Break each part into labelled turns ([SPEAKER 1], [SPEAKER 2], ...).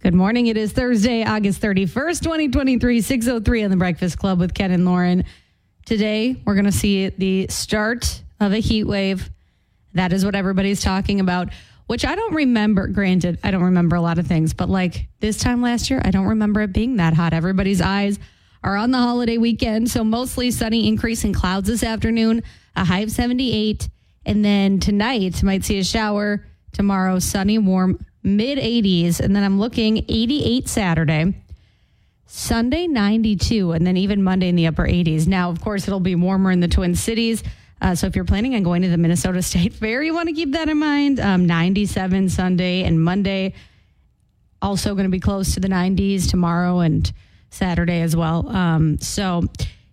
[SPEAKER 1] Good morning. It is Thursday, August 31st, 2023, 603 on the Breakfast Club with Ken and Lauren. Today, we're going to see the start of a heat wave. That is what everybody's talking about, which I don't remember. Granted, I don't remember a lot of things, but like this time last year, I don't remember it being that hot. Everybody's eyes are on the holiday weekend. So mostly sunny, increasing clouds this afternoon, a high of 78. And then tonight, might see a shower. Tomorrow, sunny, warm, mid 80s. And then I'm looking 88 Saturday. Sunday 92, and then even Monday in the upper 80s. Now, of course, it'll be warmer in the Twin Cities. Uh, so if you're planning on going to the Minnesota State Fair, you want to keep that in mind. Um, 97 Sunday and Monday, also going to be close to the 90s tomorrow and Saturday as well. Um, so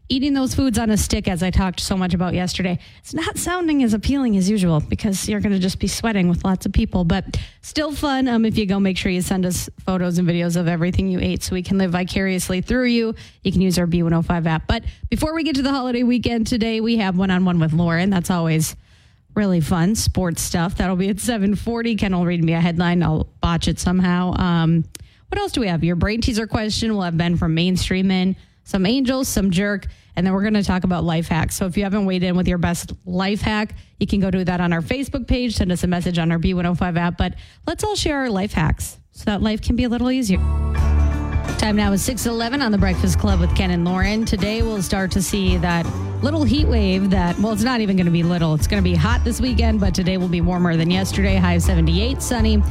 [SPEAKER 1] eating those foods on a stick, as I talked so much about yesterday, it's not sounding as appealing as usual because you're going to just be sweating with lots of people, but still fun. Um, if you go, make sure you send us photos and videos of everything you ate so we can live vicariously through you. You can use our B105 app. But before we get to the holiday weekend today, we have one on one with Lauren. That's always really fun sports stuff. That'll be at 740. Ken will read me a headline. I'll botch it somehow. Um, what else do we have? Your brain teaser question. We'll have Ben from Mainstream in, some angels, some jerk, and then we're going to talk about life hacks. So if you haven't weighed in with your best life hack, you can go do that on our Facebook page, send us a message on our B105 app. But let's all share our life hacks so that life can be a little easier. Time now is 6:11 on the Breakfast Club with Ken and Lauren. Today we'll start to see that little heat wave that well it's not even going to be little. It's going to be hot this weekend, but today will be warmer than yesterday. High of 78, sunny,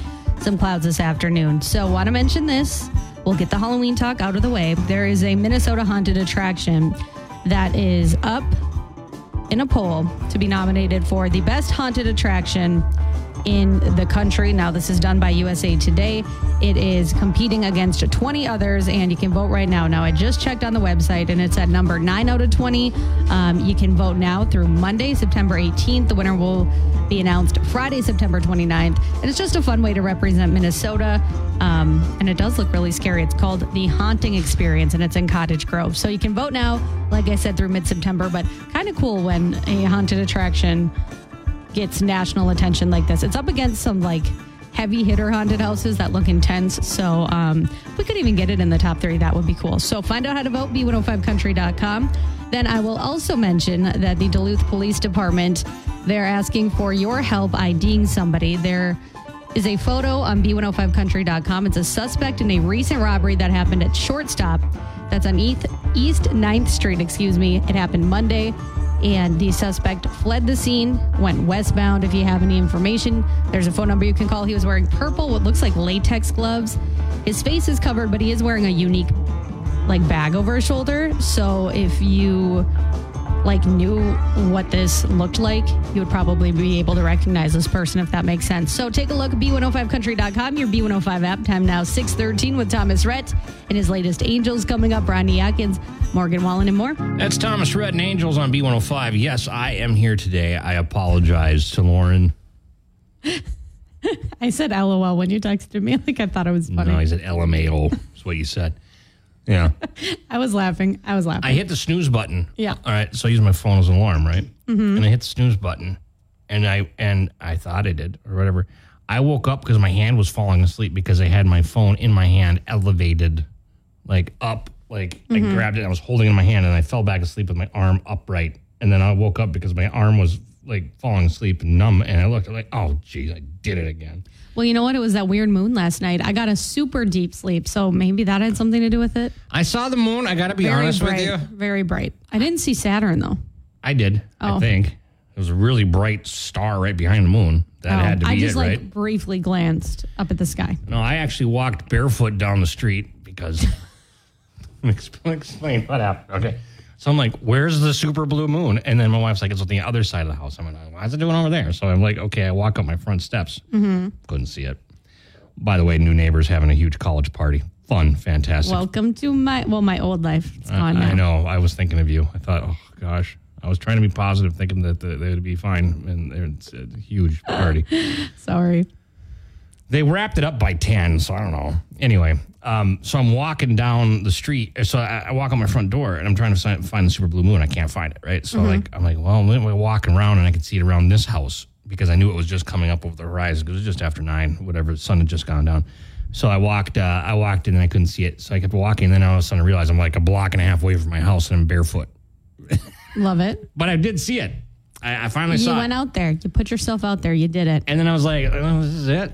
[SPEAKER 1] some clouds this afternoon. So want to mention this. We'll get the Halloween talk out of the way. There is a Minnesota haunted attraction that is up in a poll to be nominated for the best haunted attraction in the country. Now, this is done by USA Today. It is competing against 20 others, and you can vote right now. Now, I just checked on the website, and it's at number 9 out of 20. Um, you can vote now through Monday, September 18th. The winner will be announced Friday, September 29th. And it's just a fun way to represent Minnesota. Um, and it does look really scary. It's called The Haunting Experience, and it's in Cottage Grove. So you can vote now, like I said, through mid September, but kind of cool when a haunted attraction gets national attention like this. It's up against some like heavy hitter haunted houses that look intense. So um, if we could even get it in the top three. That would be cool. So find out how to vote, b105country.com. Then I will also mention that the Duluth Police Department, they're asking for your help IDing somebody. They're is a photo on b105country.com. It's a suspect in a recent robbery that happened at Shortstop. That's on East, East 9th Street, excuse me. It happened Monday, and the suspect fled the scene, went westbound. If you have any information, there's a phone number you can call. He was wearing purple, what looks like latex gloves. His face is covered, but he is wearing a unique like bag over his shoulder. So if you like knew what this looked like, you would probably be able to recognize this person if that makes sense. So take a look at b105country.com, your B105 app. Time now 6:13 with Thomas Rhett and his latest Angels coming up. Ronnie Atkins, Morgan Wallen, and more.
[SPEAKER 2] That's Thomas Rhett and Angels on B105. Yes, I am here today. I apologize to Lauren.
[SPEAKER 1] I said LOL when you texted me. Like I thought it was funny.
[SPEAKER 2] No, he said LMAO. That's what you said. Yeah.
[SPEAKER 1] I was laughing. I was laughing.
[SPEAKER 2] I hit the snooze button.
[SPEAKER 1] Yeah.
[SPEAKER 2] All right. So I use my phone as an alarm, right? Mm-hmm. And I hit the snooze button, and I and I thought I did or whatever. I woke up because my hand was falling asleep because I had my phone in my hand, elevated, like up, like I grabbed it. And I was holding it in my hand, and I fell back asleep with my arm upright. And then I woke up because my arm was like falling asleep and numb. And I looked, I'm like, oh geez, I did it again.
[SPEAKER 1] well, you know what? It was that weird moon last night. I got a super deep sleep, so maybe that had something to do with it.
[SPEAKER 2] I saw the moon. I gotta be honest
[SPEAKER 1] bright,
[SPEAKER 2] with you.
[SPEAKER 1] Very bright. I didn't see Saturn though.
[SPEAKER 2] I did.
[SPEAKER 1] Oh.
[SPEAKER 2] I think it was a really bright star right behind the moon. That had to be
[SPEAKER 1] Oh. I just
[SPEAKER 2] it,
[SPEAKER 1] like
[SPEAKER 2] right?
[SPEAKER 1] briefly glanced up at the sky.
[SPEAKER 2] No, I actually walked barefoot down the street because. Explain- Explain what happened. Okay. So I'm like, where's the super blue moon? And then my wife's like, it's on the other side of the house. I'm like, why is it doing over there? So I'm like, okay, I walk up my front steps. Mm-hmm. Couldn't see it. By the way, new neighbors having a huge college party. Fun, fantastic.
[SPEAKER 1] Welcome to my well, my old life. It's gone now.
[SPEAKER 2] Uh, I know. I was thinking of you. I thought, oh gosh. I was trying to be positive, thinking that the, they would be fine, and it's a huge party.
[SPEAKER 1] Sorry.
[SPEAKER 2] they wrapped it up by 10 so i don't know anyway um, so i'm walking down the street uh, so I, I walk on my front door and i'm trying to si- find the super blue moon i can't find it right so like i'm like well i'm walking around and i can see it around this house because i knew it was just coming up over the horizon 'cause it was just after nine whatever the sun had just gone down So I walked, uh, I walked in and I couldn't see it. So I kept walking. And then all of a sudden I realized I'm like a block and a half away from my house and I'm barefoot.
[SPEAKER 1] Love it.
[SPEAKER 2] But I did see it. I, I finally
[SPEAKER 1] You
[SPEAKER 2] saw
[SPEAKER 1] went
[SPEAKER 2] it.
[SPEAKER 1] out there. You put yourself out there. You did it.
[SPEAKER 2] And then I was like, oh, this is it.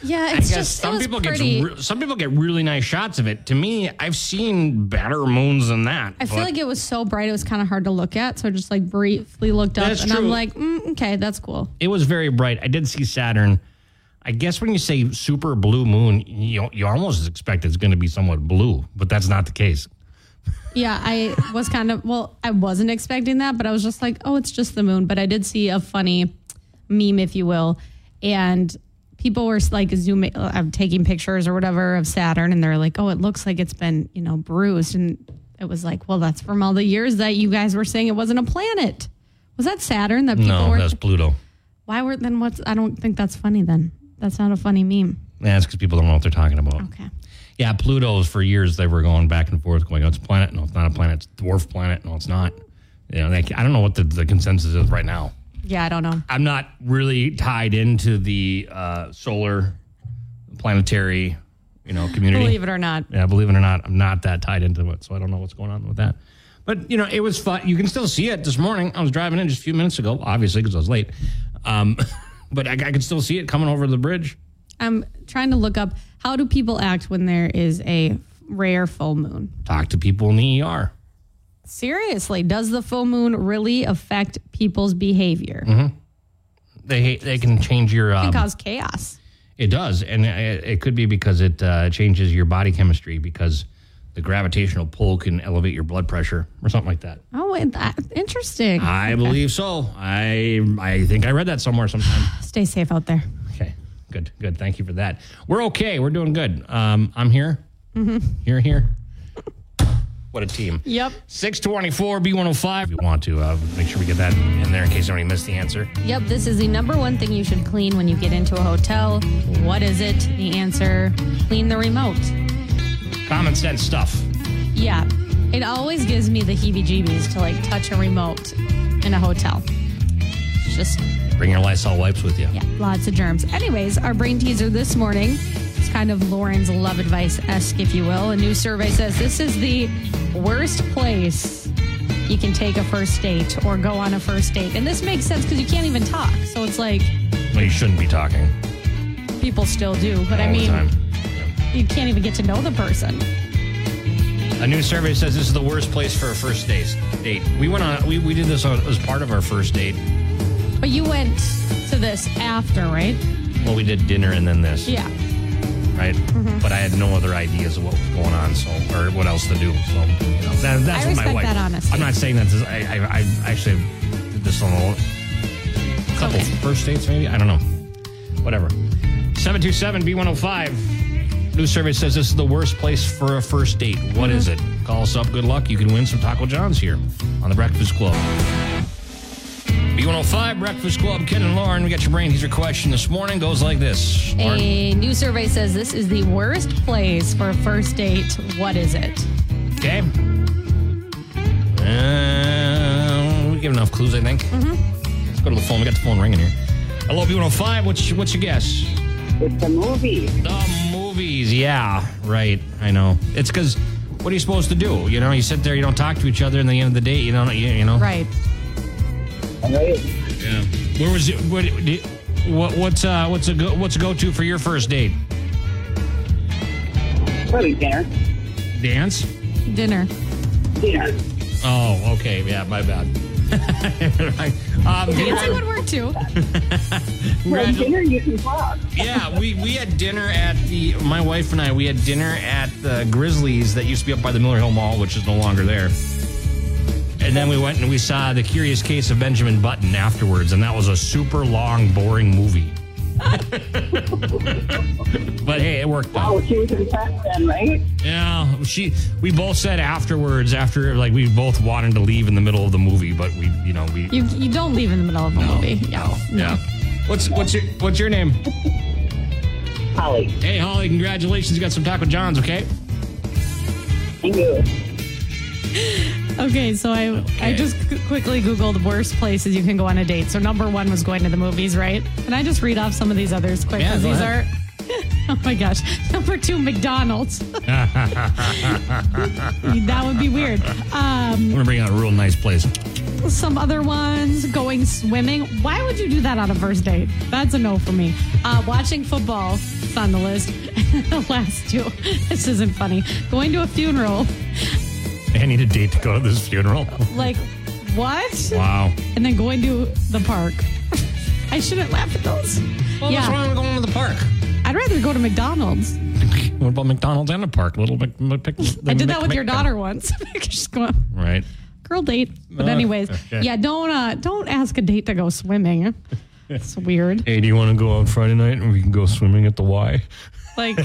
[SPEAKER 1] Yeah,
[SPEAKER 2] I
[SPEAKER 1] it's
[SPEAKER 2] guess
[SPEAKER 1] just it
[SPEAKER 2] some
[SPEAKER 1] was
[SPEAKER 2] people
[SPEAKER 1] pretty.
[SPEAKER 2] get re- some people get really nice shots of it. To me, I've seen better moons than that.
[SPEAKER 1] I feel
[SPEAKER 2] but-
[SPEAKER 1] like it was so bright it was kind of hard to look at. So I just like briefly looked up,
[SPEAKER 2] That's
[SPEAKER 1] and I'm
[SPEAKER 2] true.
[SPEAKER 1] like, mm, okay, that's cool.
[SPEAKER 2] it was very bright. I did see Saturn. I guess when you say super blue moon, you you almost expect it's going to be somewhat blue, but that's not the case.
[SPEAKER 1] Yeah, I was kind of well, I wasn't expecting that, but I was just like, oh, it's just the moon. But I did see a funny meme, if you will, and people were like zooming, I'm taking pictures or whatever of Saturn, and they're like, oh, it looks like it's been you know bruised, and it was like, well, that's from all the years that you guys were saying it wasn't a planet. Was that Saturn that people
[SPEAKER 2] No,
[SPEAKER 1] were?
[SPEAKER 2] that's Pluto.
[SPEAKER 1] Why were then what's? I don't think that's funny. Then that's not a funny meme.
[SPEAKER 2] That's because people don't know what they're talking about.
[SPEAKER 1] Okay.
[SPEAKER 2] Yeah, Pluto's for years they were going back and forth, going, "Oh, it's a planet. No, it's not a planet. It's a dwarf planet. No, it's not." You know, like, I don't know what the, the consensus is right now.
[SPEAKER 1] Yeah, I don't know.
[SPEAKER 2] I'm not really tied into the uh, solar planetary, you know, community.
[SPEAKER 1] Believe it or not,
[SPEAKER 2] Yeah, believe it or not, I'm not that tied into it, so I don't know what's going on with that. But you know, it was fun. You can still see it this morning. I was driving in just a few minutes ago, obviously because I was late. Um, but I, I could still see it coming over the bridge.
[SPEAKER 1] I'm trying to look up how do people act when there is a rare full moon?
[SPEAKER 2] Talk to people in the ER.
[SPEAKER 1] Seriously, does the full moon really affect people's behavior?
[SPEAKER 2] They they can change your.
[SPEAKER 1] It
[SPEAKER 2] Um,
[SPEAKER 1] cause chaos.
[SPEAKER 2] it does, and it, it could be because it uh, changes your body chemistry because the gravitational pull can elevate your blood pressure or something like that.
[SPEAKER 1] Oh, wait, that, interesting.
[SPEAKER 2] I believe so. I I think I read that somewhere sometime.
[SPEAKER 1] Stay safe out there.
[SPEAKER 2] Okay, good, good. Thank you for that. We're okay. We're doing good. Um, I'm here. You're here. What a team.
[SPEAKER 1] Mm-hmm. Yep.
[SPEAKER 2] 624 B105. If you want to, uh, make sure we get that in there in case somebody missed the answer.
[SPEAKER 1] Yep. This is the number one thing you should clean when you get into a hotel. What is it? The answer clean the remote.
[SPEAKER 2] Common sense stuff.
[SPEAKER 1] Yeah. It always gives me the heebie jeebies to like touch a remote in a hotel. It's just
[SPEAKER 2] Bring your Lysol wipes with you.
[SPEAKER 1] Yeah, lots of germs. Anyways, our brain teaser this morning is kind of Lauren's love advice esque, if you will. A new survey says this is the worst place you can take a first date or go on a first date. And this makes sense because you can't even talk. So it's like
[SPEAKER 2] Well, you shouldn't be talking
[SPEAKER 1] people still do, but I
[SPEAKER 2] all the
[SPEAKER 1] mean,
[SPEAKER 2] time.
[SPEAKER 1] you can't even get to know the person.
[SPEAKER 2] A new survey says this is the worst place for a first date. Date. We went on. We, we did this on, as part of our first date.
[SPEAKER 1] But you went to this after, right?
[SPEAKER 2] Well, we did dinner and then this.
[SPEAKER 1] Yeah.
[SPEAKER 2] right?
[SPEAKER 1] Mm-hmm.
[SPEAKER 2] But I had no other ideas of what was going on, so or what else to do. So you know, that, that's
[SPEAKER 1] I
[SPEAKER 2] what
[SPEAKER 1] respect
[SPEAKER 2] my wife.
[SPEAKER 1] that honesty.
[SPEAKER 2] I'm not saying that. This, I, I, I actually did this on a couple
[SPEAKER 1] okay.
[SPEAKER 2] first dates, maybe. I don't know. Whatever. Seven two seven B one zero five. New survey says this is the worst place for a first date. What is
[SPEAKER 1] Mm-hmm.
[SPEAKER 2] it? Call us up. Good luck. You can win some Taco John's here on the Breakfast Club. B105 Breakfast Club, Ken and Lauren. We got your brain teaser question this morning. Goes like this. Lauren?
[SPEAKER 1] A new survey says this is the worst place for a first date. What is it?
[SPEAKER 2] Okay. Uh, we give enough clues, I think. Let's go to the phone. We got the phone ringing here. Hello, B105. What's what's your guess?
[SPEAKER 3] It's a movie.
[SPEAKER 2] The movies. Yeah, right. I know. It's because what are you supposed to do? You know, you sit there, you don't talk to each other, and at the end of the day, you don't. You, you know.
[SPEAKER 1] Right.
[SPEAKER 3] Right?
[SPEAKER 2] Yeah. Where was it? What? did- What? What's uh? What's a go? What's a go-to for your first date?
[SPEAKER 3] Probably dinner.
[SPEAKER 2] Dance.
[SPEAKER 1] Dinner.
[SPEAKER 3] Dinner.
[SPEAKER 2] Oh, okay. Yeah, my bad. um,
[SPEAKER 1] Dancing would work too.
[SPEAKER 3] Well,
[SPEAKER 2] congratulations.
[SPEAKER 3] dinner you can talk.
[SPEAKER 2] yeah, we, we had dinner at the my wife and I we had dinner at the Grizzlies that used to be up by the Miller Hill Mall, which is no longer there. And then we went and we saw the Curious Case of Benjamin Button afterwards, and that was a super long, boring movie. but hey, it worked out.
[SPEAKER 3] Oh, she was impressed then, right?
[SPEAKER 2] Yeah, she. We both said afterwards, after like we both wanted to leave in the middle of the movie, but we, you know, we.
[SPEAKER 1] You, you don't leave in the middle of a movie. Yeah.
[SPEAKER 2] yeah. What's what's your what's your name?
[SPEAKER 3] Holly.
[SPEAKER 2] Hey, Holly, congratulations! You got some Taco Johns, okay?
[SPEAKER 3] Thank you.
[SPEAKER 1] Okay, so I I
[SPEAKER 2] Okay.
[SPEAKER 1] just qu- quickly googled worst places you can go on a date. So number one was going to the movies, right? Can I just read off some of these others quick?
[SPEAKER 2] Yeah,
[SPEAKER 1] 'Cause
[SPEAKER 2] go
[SPEAKER 1] these
[SPEAKER 2] ahead.
[SPEAKER 1] are Oh my gosh. Number two, McDonald's. that would be weird.
[SPEAKER 2] I'm
[SPEAKER 1] Um,
[SPEAKER 2] gonna bring out a real nice place.
[SPEAKER 1] some other ones, going swimming. Why would you do that on a first date? That's a no for me. Uh, watching football, it's on the list. the last two. This isn't funny. Going to a funeral,
[SPEAKER 2] I need a date to go to this funeral.
[SPEAKER 1] like, what?
[SPEAKER 2] Wow.
[SPEAKER 1] And then going to the park. I shouldn't laugh at those.
[SPEAKER 2] Well, what's
[SPEAKER 1] yeah,
[SPEAKER 2] wrong with going to the park?
[SPEAKER 1] I'd rather go to McDonald's.
[SPEAKER 2] What about McDonald's and a park? Little Mc, Mc, Mc-
[SPEAKER 1] I did that
[SPEAKER 2] Mc-
[SPEAKER 1] with your
[SPEAKER 2] Mc-
[SPEAKER 1] daughter once. Just go on.
[SPEAKER 2] Right.
[SPEAKER 1] girl date. But
[SPEAKER 2] Uh,
[SPEAKER 1] anyways,
[SPEAKER 2] okay.
[SPEAKER 1] yeah, don't uh, don't ask a date to go swimming. It's weird.
[SPEAKER 2] Hey, do you want to go out Friday night and we can go swimming at the Y?
[SPEAKER 1] Like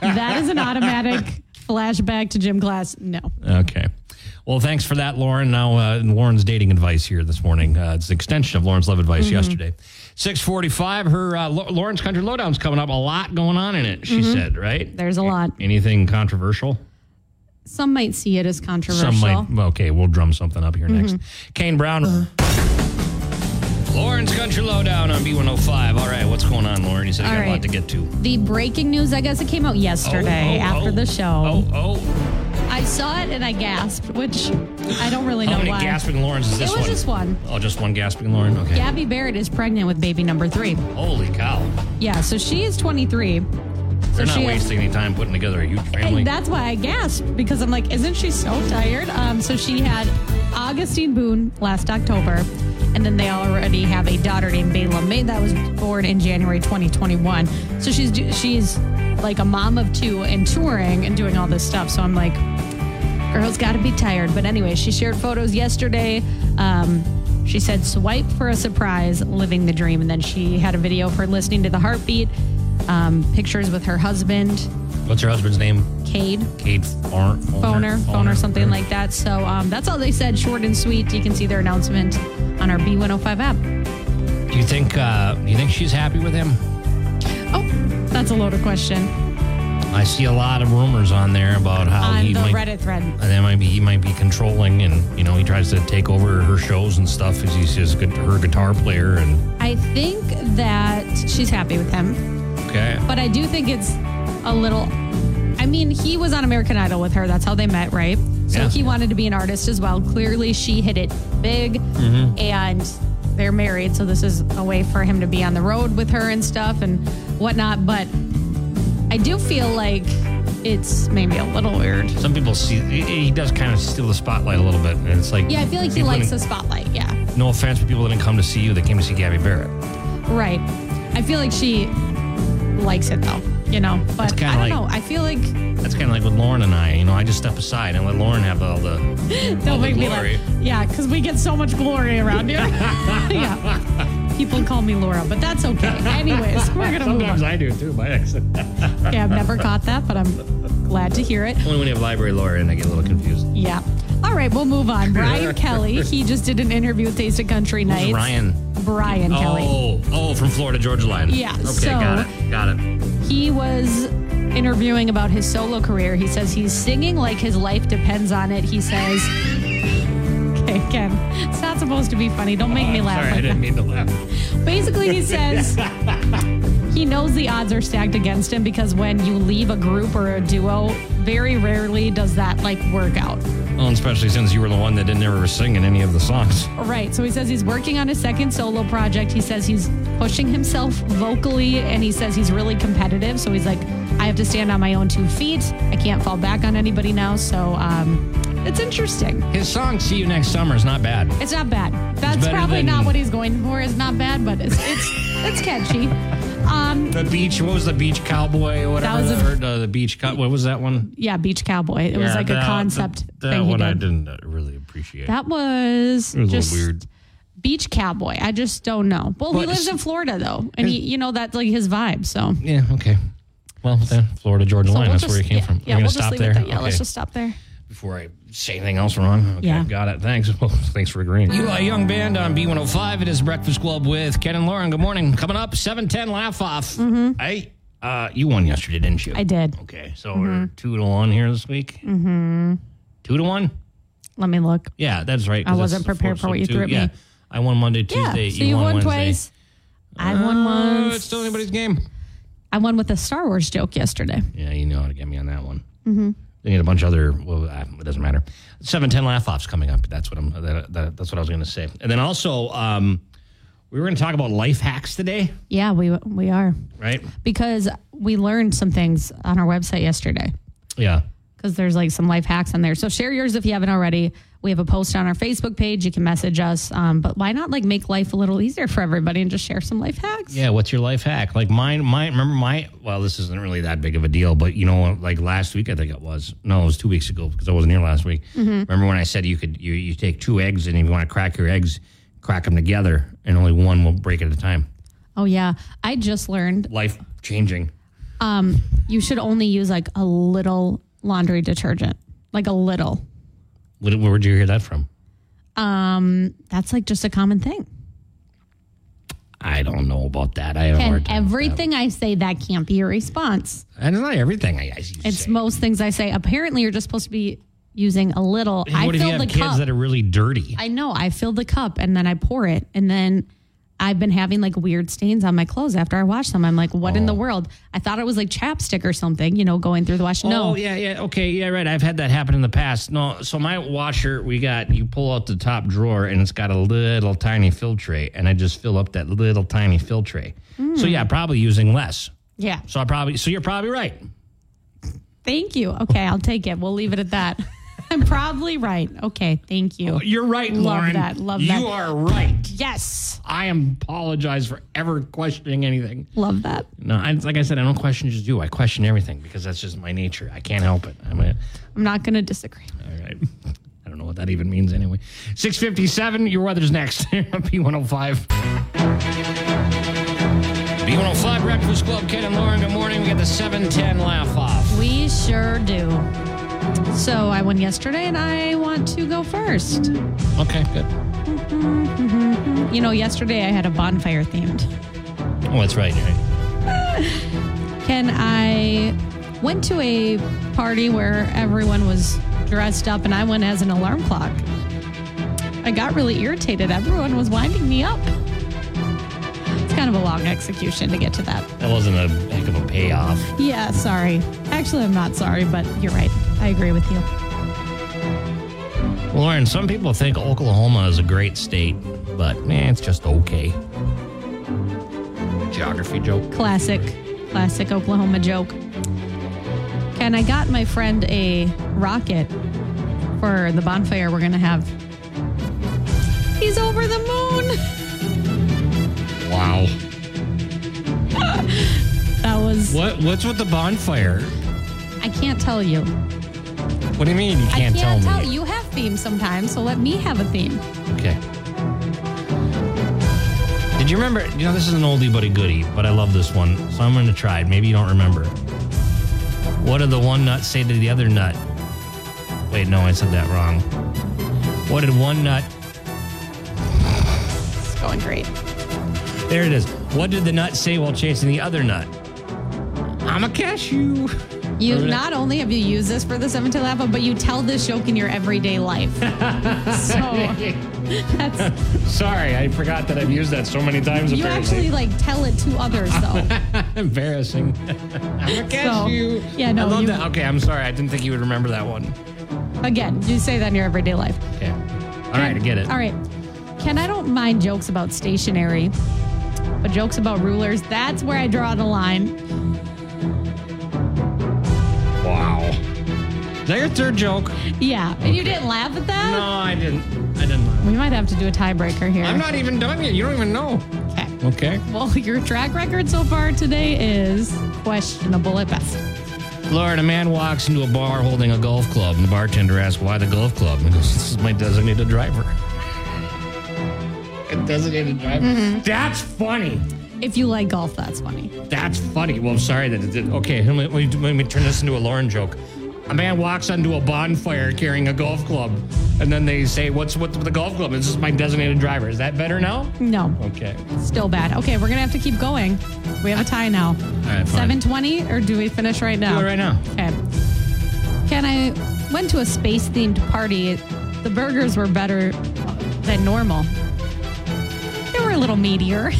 [SPEAKER 1] that is an automatic flashback to gym class. No.
[SPEAKER 2] Okay. Well, thanks for that, Lauren. Now, uh, Lauren's dating advice here this morning. Uh, it's an extension of Lauren's love advice
[SPEAKER 1] Mm-hmm.
[SPEAKER 2] yesterday. 645, her uh, Lau- Lauren's Country Lowdown's coming up. A lot going on in it, she said, right?
[SPEAKER 1] Mm-hmm. There's a lot.
[SPEAKER 2] Anything controversial?
[SPEAKER 1] Some might see it as controversial.
[SPEAKER 2] Some might. well, Okay, we'll drum something up here next.
[SPEAKER 1] Mm-hmm.
[SPEAKER 2] Kane Brown.
[SPEAKER 1] Uh.
[SPEAKER 2] Lauren's Country Lowdown on B105. All right, what's going on, Lauren? You said you
[SPEAKER 1] All
[SPEAKER 2] got a lot
[SPEAKER 1] right.
[SPEAKER 2] to get to.
[SPEAKER 1] The breaking news, I guess it came out yesterday
[SPEAKER 2] Oh, oh,
[SPEAKER 1] after
[SPEAKER 2] oh.
[SPEAKER 1] the show.
[SPEAKER 2] Oh, oh.
[SPEAKER 1] I saw it and I gasped, which I don't really
[SPEAKER 2] How
[SPEAKER 1] know
[SPEAKER 2] many
[SPEAKER 1] why.
[SPEAKER 2] gasping Laurens is this
[SPEAKER 1] was
[SPEAKER 2] one?
[SPEAKER 1] just one.
[SPEAKER 2] Oh, just one gasping Lauren? Okay.
[SPEAKER 1] Gabby Barrett is pregnant with baby number three.
[SPEAKER 2] Holy cow.
[SPEAKER 1] Yeah, so she is 23.
[SPEAKER 2] They're not
[SPEAKER 1] she-
[SPEAKER 2] wasting any time putting together a huge family.
[SPEAKER 1] And that's why I gasped because I'm like, isn't she so tired? Um, so she had Augustine Boone last October, and then they already have a daughter named Bayla May that was born in January 2021. So she's do- she's like a mom of two and touring and doing all this stuff. So I'm like, girl's got to be tired. But anyway, she shared photos yesterday. Um, she said, swipe for a surprise, living the dream. And then she had a video of her listening to the heartbeat, um, pictures with her husband,
[SPEAKER 2] What's her husband's name?
[SPEAKER 1] Cade.
[SPEAKER 2] Cade Farn-
[SPEAKER 1] Phoner,
[SPEAKER 2] Foner?
[SPEAKER 1] Phoner, something like that. So um, that's all they said, short and sweet. You can see their announcement on our B105 app.
[SPEAKER 2] Do you think? Uh, do you think she's happy with him?
[SPEAKER 1] Oh, that's a loaded question
[SPEAKER 2] I see a lot of rumors on there about how
[SPEAKER 1] on
[SPEAKER 2] he
[SPEAKER 1] the
[SPEAKER 2] might.
[SPEAKER 1] Reddit thread.
[SPEAKER 2] and that might be he might be controlling, and you know he tries to take over her shows and stuff because he's his gu- her guitar player. And
[SPEAKER 1] I think that she's happy with him,
[SPEAKER 2] okay,
[SPEAKER 1] but I do think it's a little. I mean, he was on American Idol with her. That's how they met, right? So
[SPEAKER 2] Yeah.
[SPEAKER 1] he wanted to be an artist as well. Clearly, she hit it big,
[SPEAKER 2] Mm-hmm.
[SPEAKER 1] and they're married. So this is a way for him to be on the road with her and stuff and whatnot. But I do feel like it's maybe a little weird.
[SPEAKER 2] some people see he he does kind of steal the spotlight a little bit, and it's like
[SPEAKER 1] Yeah, I feel like he
[SPEAKER 2] people
[SPEAKER 1] likes the
[SPEAKER 2] didn't-
[SPEAKER 1] spotlight. Yeah.
[SPEAKER 2] No offense, but people didn't come to see you; they came to see Gabby Barrett.
[SPEAKER 1] Right. I feel like she likes it though, you know. But
[SPEAKER 2] kinda
[SPEAKER 1] I don't
[SPEAKER 2] like-
[SPEAKER 1] know. I feel like
[SPEAKER 2] That's kind of like with Lauren and I. You know, I just step aside and let Lauren have all the
[SPEAKER 1] don't make me
[SPEAKER 2] glory.
[SPEAKER 1] laugh. Yeah, because we get so much glory around here. yeah. People call me Laura, but that's okay. Anyways, we're gonna move on.
[SPEAKER 2] Sometimes I do too by accident.
[SPEAKER 1] Yeah, I've never caught that, but I'm glad to hear it.
[SPEAKER 2] Only when you have library lawyer and I get a little confused.
[SPEAKER 1] Yeah. All right, we'll move on. Brian Kelly, he just did an interview with Taste of Country Nights.
[SPEAKER 2] Ryan.
[SPEAKER 1] Brian Kelly.
[SPEAKER 2] Oh, oh, from Florida Georgia Line.
[SPEAKER 1] Yeah,
[SPEAKER 2] Okay,
[SPEAKER 1] so-
[SPEAKER 2] got it. Got it.
[SPEAKER 1] He was interviewing about his solo career. He says he's singing like his life depends on it. He says, okay, Ken, it's not supposed to be funny. Don't make me
[SPEAKER 2] I'm
[SPEAKER 1] laugh.
[SPEAKER 2] Sorry, I
[SPEAKER 1] like
[SPEAKER 2] didn't mean to laugh.
[SPEAKER 1] that. Basically, he says he knows the odds are stacked against him because when you leave a group or a duo, very rarely does that like work out.
[SPEAKER 2] Well, and especially since you were the one that didn't ever sing in any of the songs.
[SPEAKER 1] All right. So he says he's working on his second solo project. He says he's pushing himself vocally and he says he's really competitive. So he's like, I have to stand on my own two feet. I can't fall back on anybody now. So um, it's interesting.
[SPEAKER 2] His song "See You Next Summer" is not bad.
[SPEAKER 1] It's not bad. That's
[SPEAKER 2] better
[SPEAKER 1] probably
[SPEAKER 2] than-
[SPEAKER 1] not what he's going for. It's not bad, but it's it's, it's catchy. Um,
[SPEAKER 2] The beach. What was the beach cowboy? Or whatever.
[SPEAKER 1] That was a-
[SPEAKER 2] or, uh, the beach. Co- what was that one?
[SPEAKER 1] yeah, Beach Cowboy. It was
[SPEAKER 2] Yeah,
[SPEAKER 1] like a
[SPEAKER 2] that-
[SPEAKER 1] concept
[SPEAKER 2] That, that
[SPEAKER 1] thing. he
[SPEAKER 2] one I
[SPEAKER 1] did.
[SPEAKER 2] didn't uh, really appreciate.
[SPEAKER 1] That was,
[SPEAKER 2] it was
[SPEAKER 1] just
[SPEAKER 2] a little weird.
[SPEAKER 1] Beach Cowboy. I just don't know. Well, he
[SPEAKER 2] But-
[SPEAKER 1] lives in Florida though, and he, you know, that's like his vibe. So
[SPEAKER 2] Yeah. Okay. Well, then Florida Georgia
[SPEAKER 1] So
[SPEAKER 2] Line.
[SPEAKER 1] we'll
[SPEAKER 2] that's where
[SPEAKER 1] just-
[SPEAKER 2] you came
[SPEAKER 1] yeah,
[SPEAKER 2] from.
[SPEAKER 1] Yeah,
[SPEAKER 2] We're
[SPEAKER 1] we'll
[SPEAKER 2] gonna
[SPEAKER 1] just
[SPEAKER 2] stop
[SPEAKER 1] leave
[SPEAKER 2] there.
[SPEAKER 1] it there. Yeah,
[SPEAKER 2] Okay.
[SPEAKER 1] let's just stop there.
[SPEAKER 2] before I say anything else wrong. Okay,
[SPEAKER 1] Yeah.
[SPEAKER 2] got it. Thanks. Well, thanks for agreeing. You are a young band on B105. It is Breakfast Club with Ken and Lauren. Good morning. Coming up, 710 Laugh Off. I, uh, you won yesterday, didn't you?
[SPEAKER 1] Mm-hmm. I did.
[SPEAKER 2] Okay, so we're
[SPEAKER 1] Mm-hmm.
[SPEAKER 2] two to one here this week. Mm-hmm. Two to one?
[SPEAKER 1] Let me look.
[SPEAKER 2] Yeah, that's right.
[SPEAKER 1] I wasn't prepared for what you threw at me.
[SPEAKER 2] Yeah, I won Monday,
[SPEAKER 1] Yeah.
[SPEAKER 2] Tuesday.
[SPEAKER 1] so you won
[SPEAKER 2] Wednesday.
[SPEAKER 1] twice. I won
[SPEAKER 2] Uh,
[SPEAKER 1] once.
[SPEAKER 2] it's still anybody's game.
[SPEAKER 1] I won with a Star Wars joke yesterday.
[SPEAKER 2] Yeah, you know how to get me on that one. Mm-hmm. They get a bunch of other. Well, uh, it doesn't matter. Seven ten laugh offs coming up. That's what I'm. That, that, that's what I was going to say. And then also, um, we were going to talk about life hacks today,
[SPEAKER 1] Yeah, we we are
[SPEAKER 2] right?
[SPEAKER 1] because we learned some things on our website yesterday.
[SPEAKER 2] Yeah.
[SPEAKER 1] because there's like some life hacks on there. So share yours if you haven't already. We have a post on our Facebook page. You can message us. Um, but why not like make life a little easier for everybody and just share some life hacks?
[SPEAKER 2] Yeah, what's your life hack? Like mine, mine. Remember my? Well, this isn't really that big of a deal, but you know, like last week, I think it was. No, it was two weeks ago because I wasn't here last week.
[SPEAKER 1] Mm-hmm.
[SPEAKER 2] Remember when I said you could you you take two eggs and if you want to crack your eggs, crack them together, and only one will break at a time.
[SPEAKER 1] Oh yeah, I just learned
[SPEAKER 2] Life changing.
[SPEAKER 1] you should only use like a little laundry detergent, like a little.
[SPEAKER 2] Where, where would you hear that from?
[SPEAKER 1] That's like just a common thing.
[SPEAKER 2] I don't know about that. I have a hard
[SPEAKER 1] And
[SPEAKER 2] time.
[SPEAKER 1] everything I say, that can't be your response.
[SPEAKER 2] And it's not everything. I, I
[SPEAKER 1] It's most things I say. Apparently, you're just supposed to be using a little. I
[SPEAKER 2] what if you
[SPEAKER 1] filled
[SPEAKER 2] have
[SPEAKER 1] the
[SPEAKER 2] kids
[SPEAKER 1] cup.
[SPEAKER 2] that are really dirty?
[SPEAKER 1] I know. I fill the cup and then I pour it. And then I've been having like weird stains on my clothes after I wash them. I'm like, what
[SPEAKER 2] Oh.
[SPEAKER 1] in the world? I thought it was like chapstick or something, you know, going through the wash.
[SPEAKER 2] Oh
[SPEAKER 1] no.
[SPEAKER 2] yeah, yeah. Okay, yeah, right. I've had that happen in the past. No, so my washer, we got you pull out the top drawer and it's got a little tiny filtrate, and I just fill up that little tiny filtrate.
[SPEAKER 1] Hmm.
[SPEAKER 2] So yeah, probably using less.
[SPEAKER 1] Yeah.
[SPEAKER 2] So I probably so you're probably right.
[SPEAKER 1] Thank you. Okay. I'll take it. We'll leave it at that. I'm probably right. Okay. Thank you.
[SPEAKER 2] You're right,
[SPEAKER 1] Love
[SPEAKER 2] Lauren.
[SPEAKER 1] that, love
[SPEAKER 2] you
[SPEAKER 1] that.
[SPEAKER 2] You are right.
[SPEAKER 1] Yes.
[SPEAKER 2] I am apologize for ever questioning anything.
[SPEAKER 1] Love that.
[SPEAKER 2] No, I, like I said, I don't question just you. I question everything because that's just my nature. I can't help it. I'm a
[SPEAKER 1] I'm not going to disagree.
[SPEAKER 2] All right. I don't know what that even means anyway. 657, your weather's next. P105. B105 Breakfast Club, Ken and Lauren, good morning. We got the 710 laugh off.
[SPEAKER 1] We sure do. So I won yesterday and I want to go first.
[SPEAKER 2] Okay, good.
[SPEAKER 1] You know, yesterday I had a bonfire themed.
[SPEAKER 2] Oh, that's right. You're right.
[SPEAKER 1] Ken, I went to a party where everyone was dressed up and I went as an alarm clock. I got really irritated. Everyone was winding me up. It's kind of a long execution to get to that.
[SPEAKER 2] That wasn't a heck of a payoff.
[SPEAKER 1] Yeah, sorry. Actually, I'm not sorry, but you're right. I agree with you.
[SPEAKER 2] Lauren, some people think Oklahoma is a great state, but eh, it's just okay. Geography joke.
[SPEAKER 1] Classic, classic Oklahoma joke. Ken, I got my friend a rocket for the bonfire we're going to have. He's over the moon.
[SPEAKER 2] Wow.
[SPEAKER 1] That was
[SPEAKER 2] What? What's with the bonfire?
[SPEAKER 1] I can't tell you.
[SPEAKER 2] What do you mean you
[SPEAKER 1] I
[SPEAKER 2] can't,
[SPEAKER 1] can't
[SPEAKER 2] tell
[SPEAKER 1] tell,
[SPEAKER 2] me?
[SPEAKER 1] you have themes sometimes, so let me have a theme.
[SPEAKER 2] Okay. Did you remember? You know, this is an oldie but a goodie, but I love this one, so I'm going to try it. Maybe you don't remember. What did the one nut say to the other nut? Wait, no, I said that wrong. What did one nut?
[SPEAKER 1] It's going great.
[SPEAKER 2] There it is. What did the nut say while chasing the other nut? I'm a cashew.
[SPEAKER 1] You
[SPEAKER 2] Perfect.
[SPEAKER 1] not only have you used this for the seven to laugh, but you tell this joke in your everyday life. so that's
[SPEAKER 2] Sorry, I forgot that I've used that so many times.
[SPEAKER 1] you actually like tell it to others though.
[SPEAKER 2] Embarrassing. I'm a cashew.
[SPEAKER 1] yeah, no,
[SPEAKER 2] I love
[SPEAKER 1] you-
[SPEAKER 2] that. Okay, I'm sorry. I didn't think you would remember that one.
[SPEAKER 1] Again, you say that in your everyday life.
[SPEAKER 2] Okay. All right, I get it.
[SPEAKER 1] All right. Ken, I don't mind jokes about stationery, but jokes about rulers, that's where I draw the line.
[SPEAKER 2] Wow. Is that your third joke?
[SPEAKER 1] Yeah. And you didn't laugh at
[SPEAKER 2] No,
[SPEAKER 1] that?
[SPEAKER 2] I didn't. I didn't. laugh.
[SPEAKER 1] We might have to do a tiebreaker here.
[SPEAKER 2] I'm not even done yet. You don't even know.
[SPEAKER 1] Okay.
[SPEAKER 2] Okay.
[SPEAKER 1] Well, your track record so far today is questionable at best.
[SPEAKER 2] Lauren, a man walks into a bar holding a golf club, and the bartender asks, Why the golf club? And he goes, This is my designated driver. A designated driver?
[SPEAKER 1] Mm-hmm.
[SPEAKER 2] That's funny.
[SPEAKER 1] If you like golf, that's funny.
[SPEAKER 2] That's funny. Well, I'm sorry that it did. Okay, let me, let, me, let me turn this into a Lauren joke. A man walks onto a bonfire carrying a golf club, and then they say, "What's what's with the golf club?" This is my designated driver. Is that better now?
[SPEAKER 1] No,
[SPEAKER 2] Okay.
[SPEAKER 1] still bad. Okay, we're gonna have to keep going. We have a tie now.
[SPEAKER 2] All right,
[SPEAKER 1] Seven twenty, or do we finish right now?
[SPEAKER 2] Do it right now.
[SPEAKER 1] Okay. Ken, I went to a space themed party. The burgers were better than normal. They were a little meatier.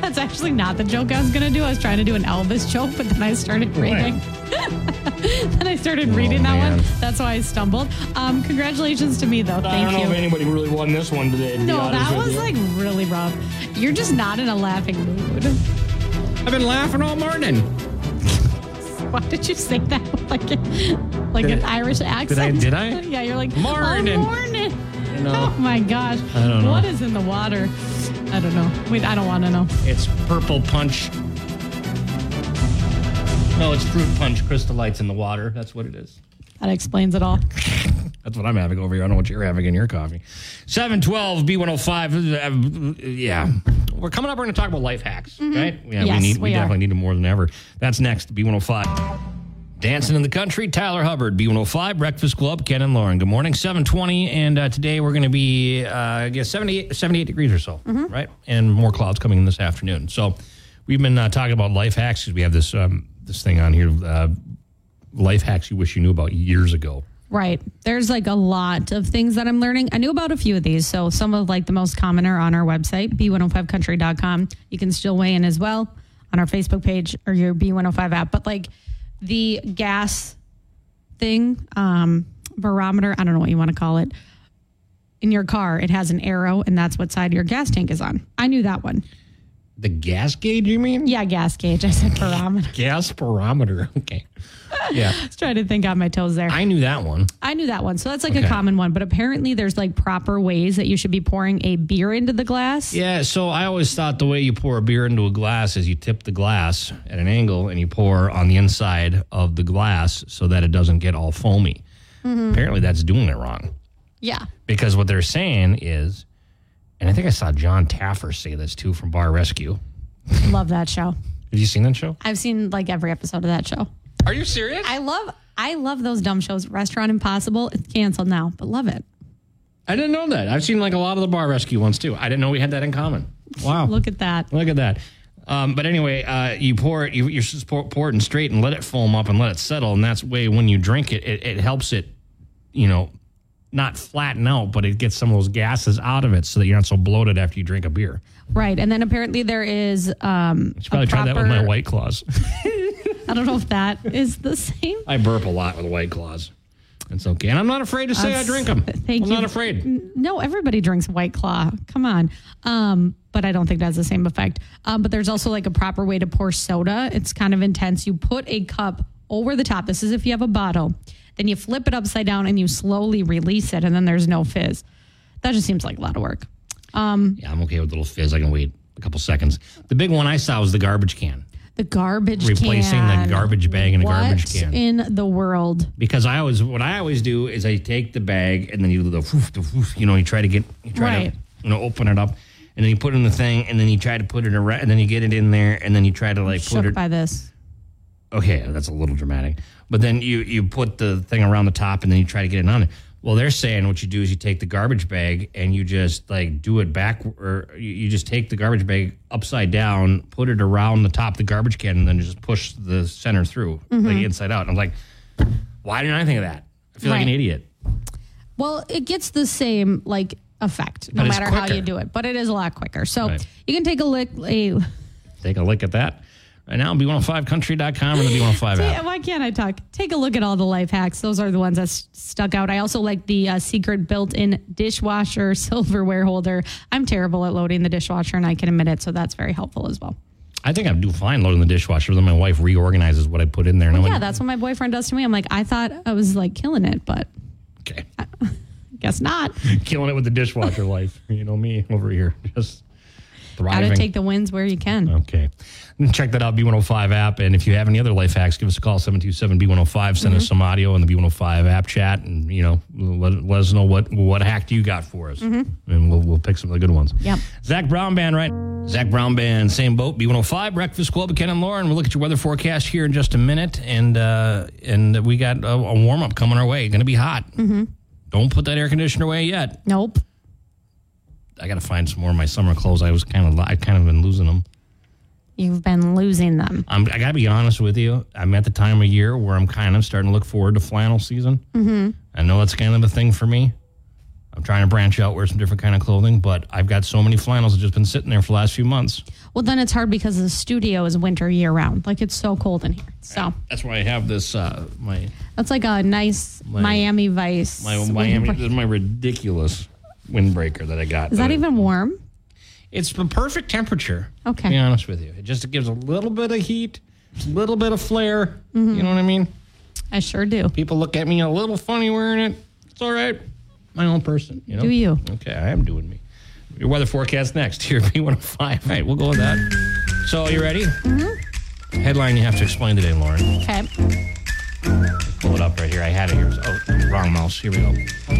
[SPEAKER 1] That's actually not the joke I was going to do. I was trying to do an Elvis joke, but then I started reading. then I started reading that
[SPEAKER 2] Oh, man.
[SPEAKER 1] one. That's why I stumbled. Um, congratulations to me, though.
[SPEAKER 2] I don't
[SPEAKER 1] Thank
[SPEAKER 2] know if
[SPEAKER 1] you.
[SPEAKER 2] anybody really won this one today. To be
[SPEAKER 1] No,
[SPEAKER 2] honest
[SPEAKER 1] that
[SPEAKER 2] with
[SPEAKER 1] was
[SPEAKER 2] you.
[SPEAKER 1] like really rough. You're just not in a laughing mood.
[SPEAKER 2] I've been laughing all morning.
[SPEAKER 1] Why did you say that with like, a, like
[SPEAKER 2] Did
[SPEAKER 1] an
[SPEAKER 2] I-
[SPEAKER 1] Irish accent?
[SPEAKER 2] did I?
[SPEAKER 1] yeah, you're like,
[SPEAKER 2] Morning.
[SPEAKER 1] Oh, morning.
[SPEAKER 2] No.
[SPEAKER 1] Oh my gosh.
[SPEAKER 2] I don't know.
[SPEAKER 1] What is in the water? I don't know. Wait, I don't want to know.
[SPEAKER 2] It's purple punch. No, it's fruit punch crystal lights in the water. That's what it is.
[SPEAKER 1] That explains it all.
[SPEAKER 2] That's what I'm having over here. I don't know what you're having in your coffee. 712 B105. uh, oh Yeah. We're coming up. We're going to talk about life hacks, right? Yeah, we
[SPEAKER 1] Mm-hmm. Yes,
[SPEAKER 2] need. We,
[SPEAKER 1] we are.
[SPEAKER 2] definitely need them more than ever. That's next. B105. Dancing in the country. Tyler Hubbard, B105 Breakfast Club. Ken and Lauren. Good morning. 720. And uh, today we're going to be, uh, I guess, 78, 78 degrees or so,
[SPEAKER 1] Mm-hmm.
[SPEAKER 2] right? And more clouds coming in this afternoon. So we've been uh, talking about life hacks 'cause we have this um, this thing on here. Uh, life hacks you wish you knew about years ago.
[SPEAKER 1] Right. There's like a lot of things that I'm learning. I knew about a few of these. So some of like the most common are on our website, b105country.com. You can still weigh in as well on our Facebook page or your B105 app. But like the gas thing, um, barometer, I don't know what you want to call it. In your car, it has an arrow, and that's what side your gas tank is on. I knew that one.
[SPEAKER 2] The gas gauge, you mean?
[SPEAKER 1] Yeah, gas gauge. I said barometer.
[SPEAKER 2] Gas barometer. Okay. Yeah.
[SPEAKER 1] I was trying to think on my toes there.
[SPEAKER 2] I knew that one.
[SPEAKER 1] I knew that one. So that's like
[SPEAKER 2] Okay.
[SPEAKER 1] a common one, but apparently there's like proper ways that you should be pouring a beer into the glass.
[SPEAKER 2] Yeah. So I always thought the way you pour a beer into a glass is you tip the glass at an angle and you pour on the inside of the glass so that it doesn't get all foamy. Apparently, that's doing it wrong
[SPEAKER 1] Yeah.
[SPEAKER 2] because what they're saying is, and I think I saw John Taffer say this too from Bar Rescue.
[SPEAKER 1] Love that show.
[SPEAKER 2] Have you seen that show?
[SPEAKER 1] I've seen like every episode of that show.
[SPEAKER 2] Are you serious? I,
[SPEAKER 1] I love I love those dumb shows. Restaurant Impossible, it's canceled now, but love it.
[SPEAKER 2] didn't know that. I've seen like a lot of the Bar Rescue ones too. I didn't know we had that in common. Wow.
[SPEAKER 1] Look at that.
[SPEAKER 2] Look at that. Um, but anyway, uh, you pour it, you, you're just pour, pour it in straight and let it foam up and let it settle. And that's way when you drink it, it, it helps it, you know, not flatten out, but it gets some of those gases out of it so that you're not so bloated after you drink a beer.
[SPEAKER 1] Right. And then apparently there is um
[SPEAKER 2] Should probably
[SPEAKER 1] a
[SPEAKER 2] try that with my
[SPEAKER 1] proper-
[SPEAKER 2] White Claws.
[SPEAKER 1] I don't know if that is the same.
[SPEAKER 2] I burp a lot with White Claws. It's okay. And I'm not afraid to say I drink them.
[SPEAKER 1] thank
[SPEAKER 2] I'm
[SPEAKER 1] you.
[SPEAKER 2] not afraid.
[SPEAKER 1] No, everybody drinks White Claw. Come on. Um, but I don't think that's the same effect. Um, but there's also like a proper way to pour soda. It's kind of intense. You put a cup over the top. This is if you have a bottle. Then you flip it upside down and you slowly release it, and then there's no fizz. That just seems like a lot of work.
[SPEAKER 2] Yeah, I'm okay with a little fizz. I can wait a couple seconds. The big one I saw was the garbage can.
[SPEAKER 1] The garbage
[SPEAKER 2] Replacing the
[SPEAKER 1] can.
[SPEAKER 2] garbage bag in a
[SPEAKER 1] what
[SPEAKER 2] garbage can.
[SPEAKER 1] in the world?
[SPEAKER 2] because I always what I always do is I take the bag and then you do the woof, the woof, you know you try to get you try
[SPEAKER 1] Right.
[SPEAKER 2] to you know open it up and then you put it in the thing and then you try to put it around and then you get it in there and then you try to like put
[SPEAKER 1] Shook
[SPEAKER 2] it
[SPEAKER 1] by this.
[SPEAKER 2] okay that's a little dramatic but then you you put the thing around the top and then you try to get it on there well they're saying what you do is you take the garbage bag and you just like do it back or you, you just take the garbage bag upside down put it around the top of the garbage can and then just push the center through like inside out and I'm like why didn't I think of that I feel like an
[SPEAKER 1] Right.
[SPEAKER 2] idiot
[SPEAKER 1] Well, it gets the same like effect no
[SPEAKER 2] But it's
[SPEAKER 1] matter how
[SPEAKER 2] quicker.
[SPEAKER 1] you do it, but it is a lot quicker. So
[SPEAKER 2] Right.
[SPEAKER 1] you can take a lick. A,
[SPEAKER 2] Take a look at that. Right now, b105country.com or the B105
[SPEAKER 1] Yeah,
[SPEAKER 2] app.
[SPEAKER 1] why can't I talk? Take a look at all the life hacks. Those are the ones that s- stuck out. I also like the uh, secret built in dishwasher silverware holder. I'm terrible at loading the dishwasher, and I can admit it. So that's very helpful as well.
[SPEAKER 2] I think I do fine loading the dishwasher. Then my wife reorganizes what I put in there. And I
[SPEAKER 1] Yeah,
[SPEAKER 2] went,
[SPEAKER 1] that's what my boyfriend does to me. I'm like, I thought I was like killing it, but
[SPEAKER 2] okay.
[SPEAKER 1] guess not.
[SPEAKER 2] Killing it with the dishwasher life. You know me over here. Just
[SPEAKER 1] Got
[SPEAKER 2] thriving.
[SPEAKER 1] to take the wins where you can.
[SPEAKER 2] Okay. Check that out, B105 app. And if you have any other life hacks, give us a call, 727-B105. Send
[SPEAKER 1] Mm-hmm.
[SPEAKER 2] us some audio in the B105 app chat. And, you know, let, let us know what, what hack do you got for us. And we'll, we'll pick some of the good ones.
[SPEAKER 1] Mm-hmm. Yep.
[SPEAKER 2] Zach Brown Band, right? Zach Brown Band, same boat, B105, Breakfast Club, Ken and Lauren. We'll look at your weather forecast here in just a minute. And, uh, and we got a, a warm-up coming our way. Going to be hot.
[SPEAKER 1] Mm-hmm.
[SPEAKER 2] Don't put that air conditioner away yet.
[SPEAKER 1] Nope.
[SPEAKER 2] I got to find some more of my summer clothes. I was kind of, I kind of been losing them.
[SPEAKER 1] You've been losing them.
[SPEAKER 2] I'm, I gotta be honest with you. I'm at the time of year where I'm kind of starting to look forward to flannel season. Mm-hmm. I know that's kind of a thing for me. I I'm trying to branch out, wear some different kind of clothing, but I've got so many flannels that just been sitting there for the last few months.
[SPEAKER 1] Well, then it's hard because the studio is winter year round. Like it's so cold in here. So
[SPEAKER 2] That's why I have this uh, my
[SPEAKER 1] that's like a nice Miami Vice.
[SPEAKER 2] my Miami. This is my ridiculous windbreaker that I got.
[SPEAKER 1] Is that
[SPEAKER 2] But
[SPEAKER 1] even warm?
[SPEAKER 2] It's the perfect temperature.
[SPEAKER 1] Okay.
[SPEAKER 2] To be honest with you, it just gives a little bit of heat, a little bit of flair.
[SPEAKER 1] Mm-hmm.
[SPEAKER 2] You know what I mean?
[SPEAKER 1] I sure do.
[SPEAKER 2] People look at me a little funny wearing it. It's all right. My own person. You know?
[SPEAKER 1] Do you?
[SPEAKER 2] Okay, I am doing me. Your weather forecast next here, B105. All right, we'll go with that. So, you ready? Mm-hmm. Headline you have to explain today, Lauren.
[SPEAKER 1] Okay.
[SPEAKER 2] Pull it up right here. I had it here. Oh, wrong mouse. Here we go.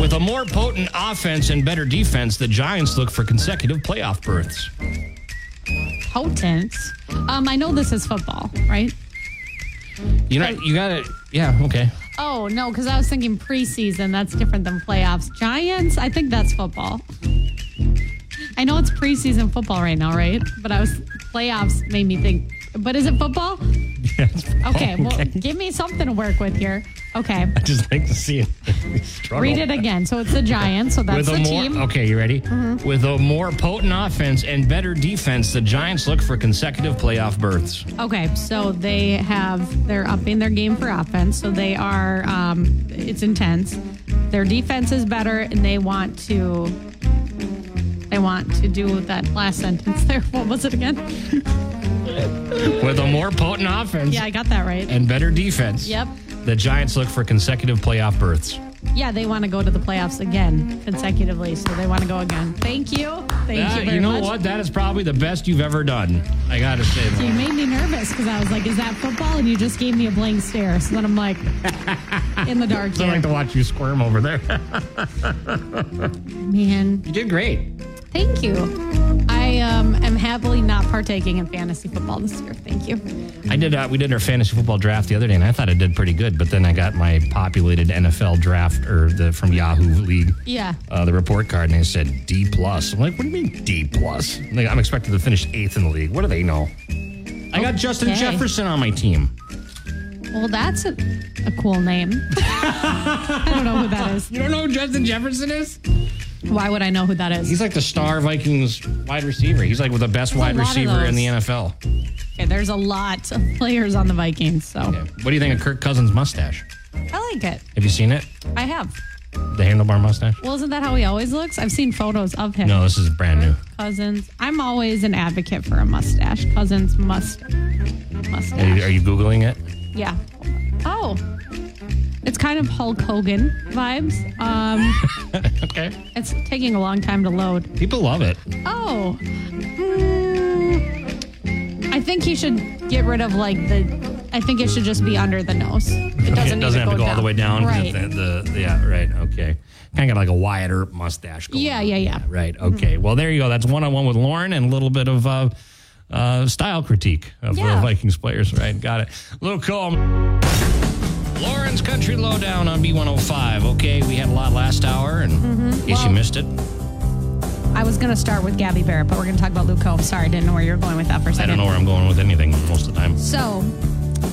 [SPEAKER 2] With a more potent offense and better defense, the Giants look for consecutive playoff berths.
[SPEAKER 1] Potent. Um, I know this is football, right?
[SPEAKER 2] You know, you got to, yeah, okay.
[SPEAKER 1] Oh no, because I was thinking preseason. That's different than playoffs. Giants. I think that's football. I know it's preseason football right now, right? But I was playoffs made me think. But is it football? Okay. Well, give me something to work with here. Okay.
[SPEAKER 2] I just like to see it. Struggle.
[SPEAKER 1] Read it again. So it's the Giants. So that's
[SPEAKER 2] With
[SPEAKER 1] the
[SPEAKER 2] a more,
[SPEAKER 1] team. Mm-hmm.
[SPEAKER 2] Okay, you ready? With a more potent offense and better defense, the Giants look for consecutive playoff berths.
[SPEAKER 1] Okay, so they have they're upping their game for offense. So they are um, it's intense. Their defense is better, and they want to they want to do that last sentence there. What was it again?
[SPEAKER 2] With a more potent offense
[SPEAKER 1] Yeah, I got that right.
[SPEAKER 2] and better defense,
[SPEAKER 1] Yep.
[SPEAKER 2] the Giants look for consecutive playoff berths.
[SPEAKER 1] Yeah, they want to go to the playoffs again consecutively. So they want to go again. Thank you. Thank
[SPEAKER 2] That-
[SPEAKER 1] you very
[SPEAKER 2] know
[SPEAKER 1] much.
[SPEAKER 2] what? That is probably the best you've ever done. I got to say that.
[SPEAKER 1] You made me nervous because I was like, "Is that football?" And you just gave me a blank stare. So then I'm like, in the dark
[SPEAKER 2] I
[SPEAKER 1] here,
[SPEAKER 2] like to watch you squirm over there.
[SPEAKER 1] man.
[SPEAKER 2] you did great.
[SPEAKER 1] Thank you. I um, am happily not partaking in fantasy football this year. Thank you.
[SPEAKER 2] I did. Uh, we did our fantasy football draft the other day, and I thought I did pretty good. But then I got my populated NFL draft or the from Yahoo League.
[SPEAKER 1] Yeah.
[SPEAKER 2] Uh, the report card, and they said D plus. I'm like, what do you mean D plus? I'm Like, I'm expected to finish eighth in the league. What do they know? I got Justin
[SPEAKER 1] Okay.
[SPEAKER 2] Jefferson on my team.
[SPEAKER 1] Well, that's a, a cool name. I don't know who that is.
[SPEAKER 2] You don't know who Justin Jefferson is?
[SPEAKER 1] Why would I know who that is?
[SPEAKER 2] He's like the star Vikings wide receiver. He's like with the best wide
[SPEAKER 1] lot of
[SPEAKER 2] receiver in
[SPEAKER 1] those.
[SPEAKER 2] the NFL.
[SPEAKER 1] Okay, there's a lot of players on the Vikings, so
[SPEAKER 2] Okay. What do you think of Kirk Cousins' mustache?
[SPEAKER 1] I like it.
[SPEAKER 2] Have you seen it?
[SPEAKER 1] I have.
[SPEAKER 2] The handlebar mustache?
[SPEAKER 1] Well, isn't that how he always looks? I've seen photos of him.
[SPEAKER 2] No, this is brand new.
[SPEAKER 1] Cousins. I'm always an advocate for a mustache. Cousins must
[SPEAKER 2] Are
[SPEAKER 1] mustache.
[SPEAKER 2] you, are you googling it?
[SPEAKER 1] Yeah. Oh. It's kind of Hulk Hogan vibes. Um
[SPEAKER 2] Okay.
[SPEAKER 1] It's taking a long time to load.
[SPEAKER 2] People love it.
[SPEAKER 1] Oh. Mm. I think he should get rid of like the. I think it should just be under the nose. It doesn't,
[SPEAKER 2] it doesn't
[SPEAKER 1] need
[SPEAKER 2] have to go
[SPEAKER 1] down.
[SPEAKER 2] all the way down. 'cause
[SPEAKER 1] Right.
[SPEAKER 2] it's The, the- yeah, right. Okay. Kind of got like a Wyatt Earp mustache going
[SPEAKER 1] Yeah,
[SPEAKER 2] on.
[SPEAKER 1] yeah, Mm-hmm. yeah.
[SPEAKER 2] Right. Okay. Well, there you go. That's one on one with Lauren and a little bit of uh, uh, style critique of the
[SPEAKER 1] Yeah.
[SPEAKER 2] Vikings players. Right. Got it. A little call. Lauren's Country Lowdown on B105. Okay. We had a lot last hour, and
[SPEAKER 1] Mm-hmm.
[SPEAKER 2] in case you missed it,
[SPEAKER 1] I was going to start with Gabby Barrett, but we're going to talk about Luke Combs. Sorry, I didn't know where you were going with that for a
[SPEAKER 2] I
[SPEAKER 1] second.
[SPEAKER 2] don't know where I'm going with anything most of the time.
[SPEAKER 1] So,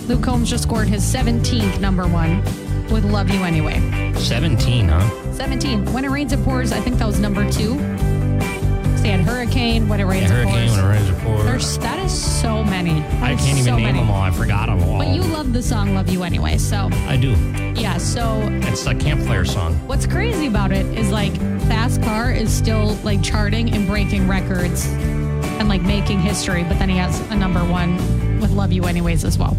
[SPEAKER 1] Luke Combs just scored his 17th number one with Love You Anyway.
[SPEAKER 2] 17, huh?
[SPEAKER 1] 17. When It Rains, It Pours, I think that was number two. So, he had Hurricane, When It Rains, It
[SPEAKER 2] Hurricane,
[SPEAKER 1] Pours.
[SPEAKER 2] when it rains, it pours.
[SPEAKER 1] There's, that is so many. That
[SPEAKER 2] I
[SPEAKER 1] is
[SPEAKER 2] can't even
[SPEAKER 1] so
[SPEAKER 2] name
[SPEAKER 1] many.
[SPEAKER 2] them all. I forgot them all.
[SPEAKER 1] But you love the song Love You Anyway. So,
[SPEAKER 2] I do.
[SPEAKER 1] yeah. So,
[SPEAKER 2] It's a campfire song.
[SPEAKER 1] what's crazy about it is like Fast Car is still like charting and breaking records and like making history, but then he has a number one with Love You Anyways as well.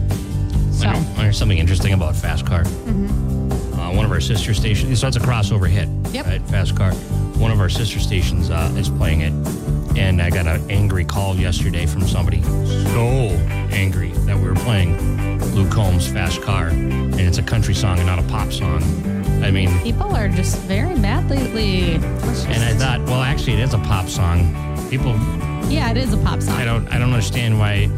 [SPEAKER 1] So,
[SPEAKER 2] I know. There's something interesting about Fast Car. Uh, one of our sister stations, so it's a crossover hit.
[SPEAKER 1] Yep.
[SPEAKER 2] Right, Fast Car. One of our sister stations uh, is playing it. And I got an angry call yesterday from somebody so angry that we were playing Luke Combs' Fast Car. And it's a country song and not a pop song. I mean,
[SPEAKER 1] people are just very mad lately.
[SPEAKER 2] and I thought, well, actually, it is a pop song. People
[SPEAKER 1] yeah, it is a pop
[SPEAKER 2] I
[SPEAKER 1] song.
[SPEAKER 2] don't I don't understand why.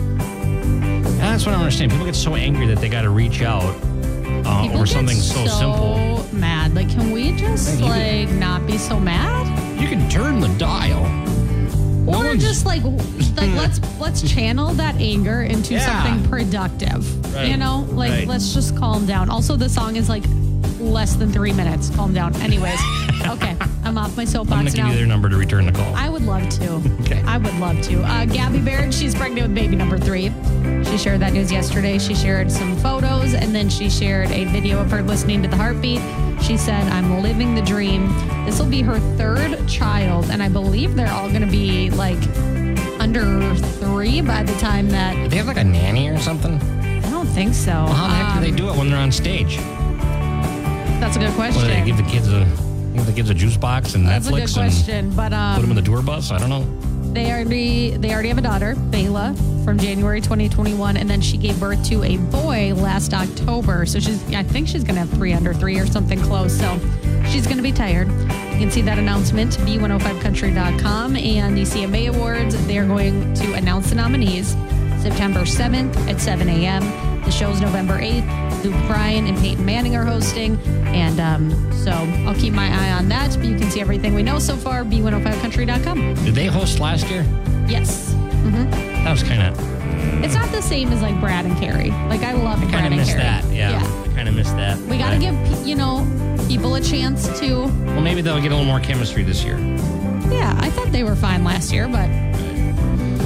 [SPEAKER 2] And that's what I don't understand. People get so angry that they got to reach out uh,
[SPEAKER 1] People
[SPEAKER 2] over
[SPEAKER 1] get
[SPEAKER 2] something so, simple.
[SPEAKER 1] Mad. Like, can we just
[SPEAKER 2] you
[SPEAKER 1] like not be so mad?
[SPEAKER 2] You can turn the dial. No
[SPEAKER 1] Or
[SPEAKER 2] one's-
[SPEAKER 1] just like, like let's let's channel that anger into
[SPEAKER 2] Hmm. Yeah.
[SPEAKER 1] something productive.
[SPEAKER 2] Right.
[SPEAKER 1] You know, like
[SPEAKER 2] Right.
[SPEAKER 1] let's just calm down. Also, the song is like less than three minutes. Calm down. Anyways, Okay, I'm off my
[SPEAKER 2] I'm going
[SPEAKER 1] soapbox
[SPEAKER 2] to give you their
[SPEAKER 1] now.
[SPEAKER 2] number to return the call.
[SPEAKER 1] I would love to.
[SPEAKER 2] Okay.
[SPEAKER 1] I would love to. Uh, Gabby Baird, she's pregnant with baby number three. She shared that news yesterday. She shared some photos and then she shared a video of her listening to the heartbeat. She said, I'm living the dream. This will be her third child, and I believe they're all going to be like under three by the time that.
[SPEAKER 2] they have like a nanny or something? Well,
[SPEAKER 1] I don't think so.
[SPEAKER 2] how the heck
[SPEAKER 1] Um,
[SPEAKER 2] do they do it when they're on stage?
[SPEAKER 1] That's a good
[SPEAKER 2] What do
[SPEAKER 1] question.
[SPEAKER 2] they give the kids a give the kids a juice box and
[SPEAKER 1] that's a good
[SPEAKER 2] Netflix and
[SPEAKER 1] question, but um,
[SPEAKER 2] put them in the tour bus? I don't know.
[SPEAKER 1] They already they already have a daughter, Bela, from January 2021, and then she gave birth to a boy last October. So she's I think she's gonna have three under three or something close. So she's gonna be tired. You can see that announcement b105country.com and the CMA Awards. They are going to announce the nominees September 7th at 7 a.m. The show's November 8th. Luke Bryan and Peyton Manning are hosting. And um, so I'll keep my eye on that. But you can see everything we know so far, b105country.com.
[SPEAKER 2] Did they host last year?
[SPEAKER 1] Yes.
[SPEAKER 2] That was kind of
[SPEAKER 1] It's not the same as like Brad and Carrie. Like I love Brad
[SPEAKER 2] kind of
[SPEAKER 1] and
[SPEAKER 2] missed
[SPEAKER 1] Carrie.
[SPEAKER 2] that. Yeah, I kind of missed that.
[SPEAKER 1] We got to
[SPEAKER 2] But-
[SPEAKER 1] give pe- you know people a chance to.
[SPEAKER 2] Well, maybe they'll get a little more chemistry this year.
[SPEAKER 1] Yeah, I thought they were fine last year, but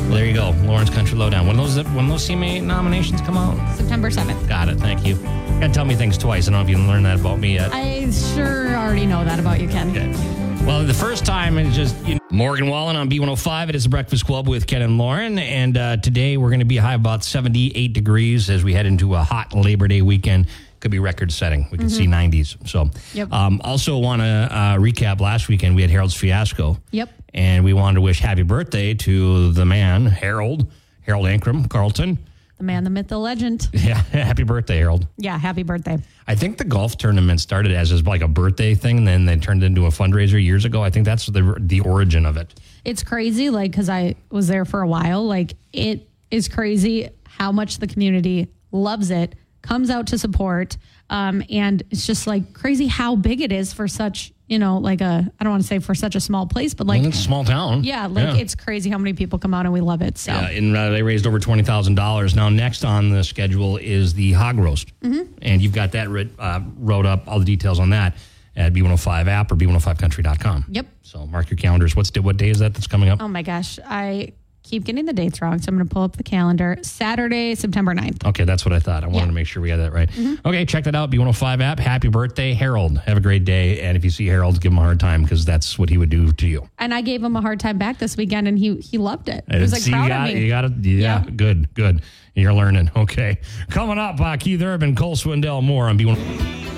[SPEAKER 2] Well, there you go, Lawrence Country Lowdown. When those when those CMA nominations come out,
[SPEAKER 1] September 7th.
[SPEAKER 2] got it. Thank you. You Gotta tell me things twice. I don't know if you learned that about me yet.
[SPEAKER 1] I sure already know that about you, Ken.
[SPEAKER 2] Okay. Well, the first time it's just you know, Morgan Wallen on B105. It is the Breakfast Club with Ken and Lauren, and uh, today we're going to be high about 78 degrees as we head into a hot Labor Day weekend. Could be record setting. We could see 90s. So,
[SPEAKER 1] Mm-hmm. Yep.
[SPEAKER 2] um, also want to uh, recap last weekend we had Harold's fiasco.
[SPEAKER 1] Yep.
[SPEAKER 2] And we wanted to wish happy birthday to the man Harold Harold Ankrum Carlton.
[SPEAKER 1] The man, the myth, the legend.
[SPEAKER 2] Yeah, happy birthday, Harold.
[SPEAKER 1] Yeah, happy birthday.
[SPEAKER 2] I think the golf tournament started as just like a birthday thing, and then they turned it into a fundraiser years ago. I think that's the the origin of it.
[SPEAKER 1] It's crazy, like because I was there for a while. Like it is crazy how much the community loves it, comes out to support, um, and it's just like crazy how big it is for such you know like a I don't want to say for such a small place, but like
[SPEAKER 2] And it's a small town.
[SPEAKER 1] Yeah, like it's crazy how many people come out and we love it. So
[SPEAKER 2] Yeah, and uh, they raised over twenty thousand dollars. Now, next on the schedule is the hog roast,
[SPEAKER 1] Mm-hmm.
[SPEAKER 2] and you've got that writ, uh, wrote up. All the details on that at B105 app or B105country.com.
[SPEAKER 1] Yep.
[SPEAKER 2] So mark your calendars. What's what day is that that's coming up?
[SPEAKER 1] oh my gosh, I keep getting the dates wrong, so I'm going to pull up the calendar. Saturday, September 9th.
[SPEAKER 2] Okay, that's what I thought. I wanted
[SPEAKER 1] Yeah. Mm-hmm.
[SPEAKER 2] to make sure we got that right. Okay, check that out. B105 app. Happy birthday, Harold. Have a great day. And if you see Harold, give him a hard time because that's what he would do to you.
[SPEAKER 1] And I gave him a hard time back this weekend and he he loved it. He
[SPEAKER 2] And
[SPEAKER 1] was like
[SPEAKER 2] see,
[SPEAKER 1] proud
[SPEAKER 2] you got,
[SPEAKER 1] of
[SPEAKER 2] You
[SPEAKER 1] me.
[SPEAKER 2] got it. Yeah, good, good. You're learning. Okay. Coming up, uh, Keith Urban, Cole Swindell, more on oh B1.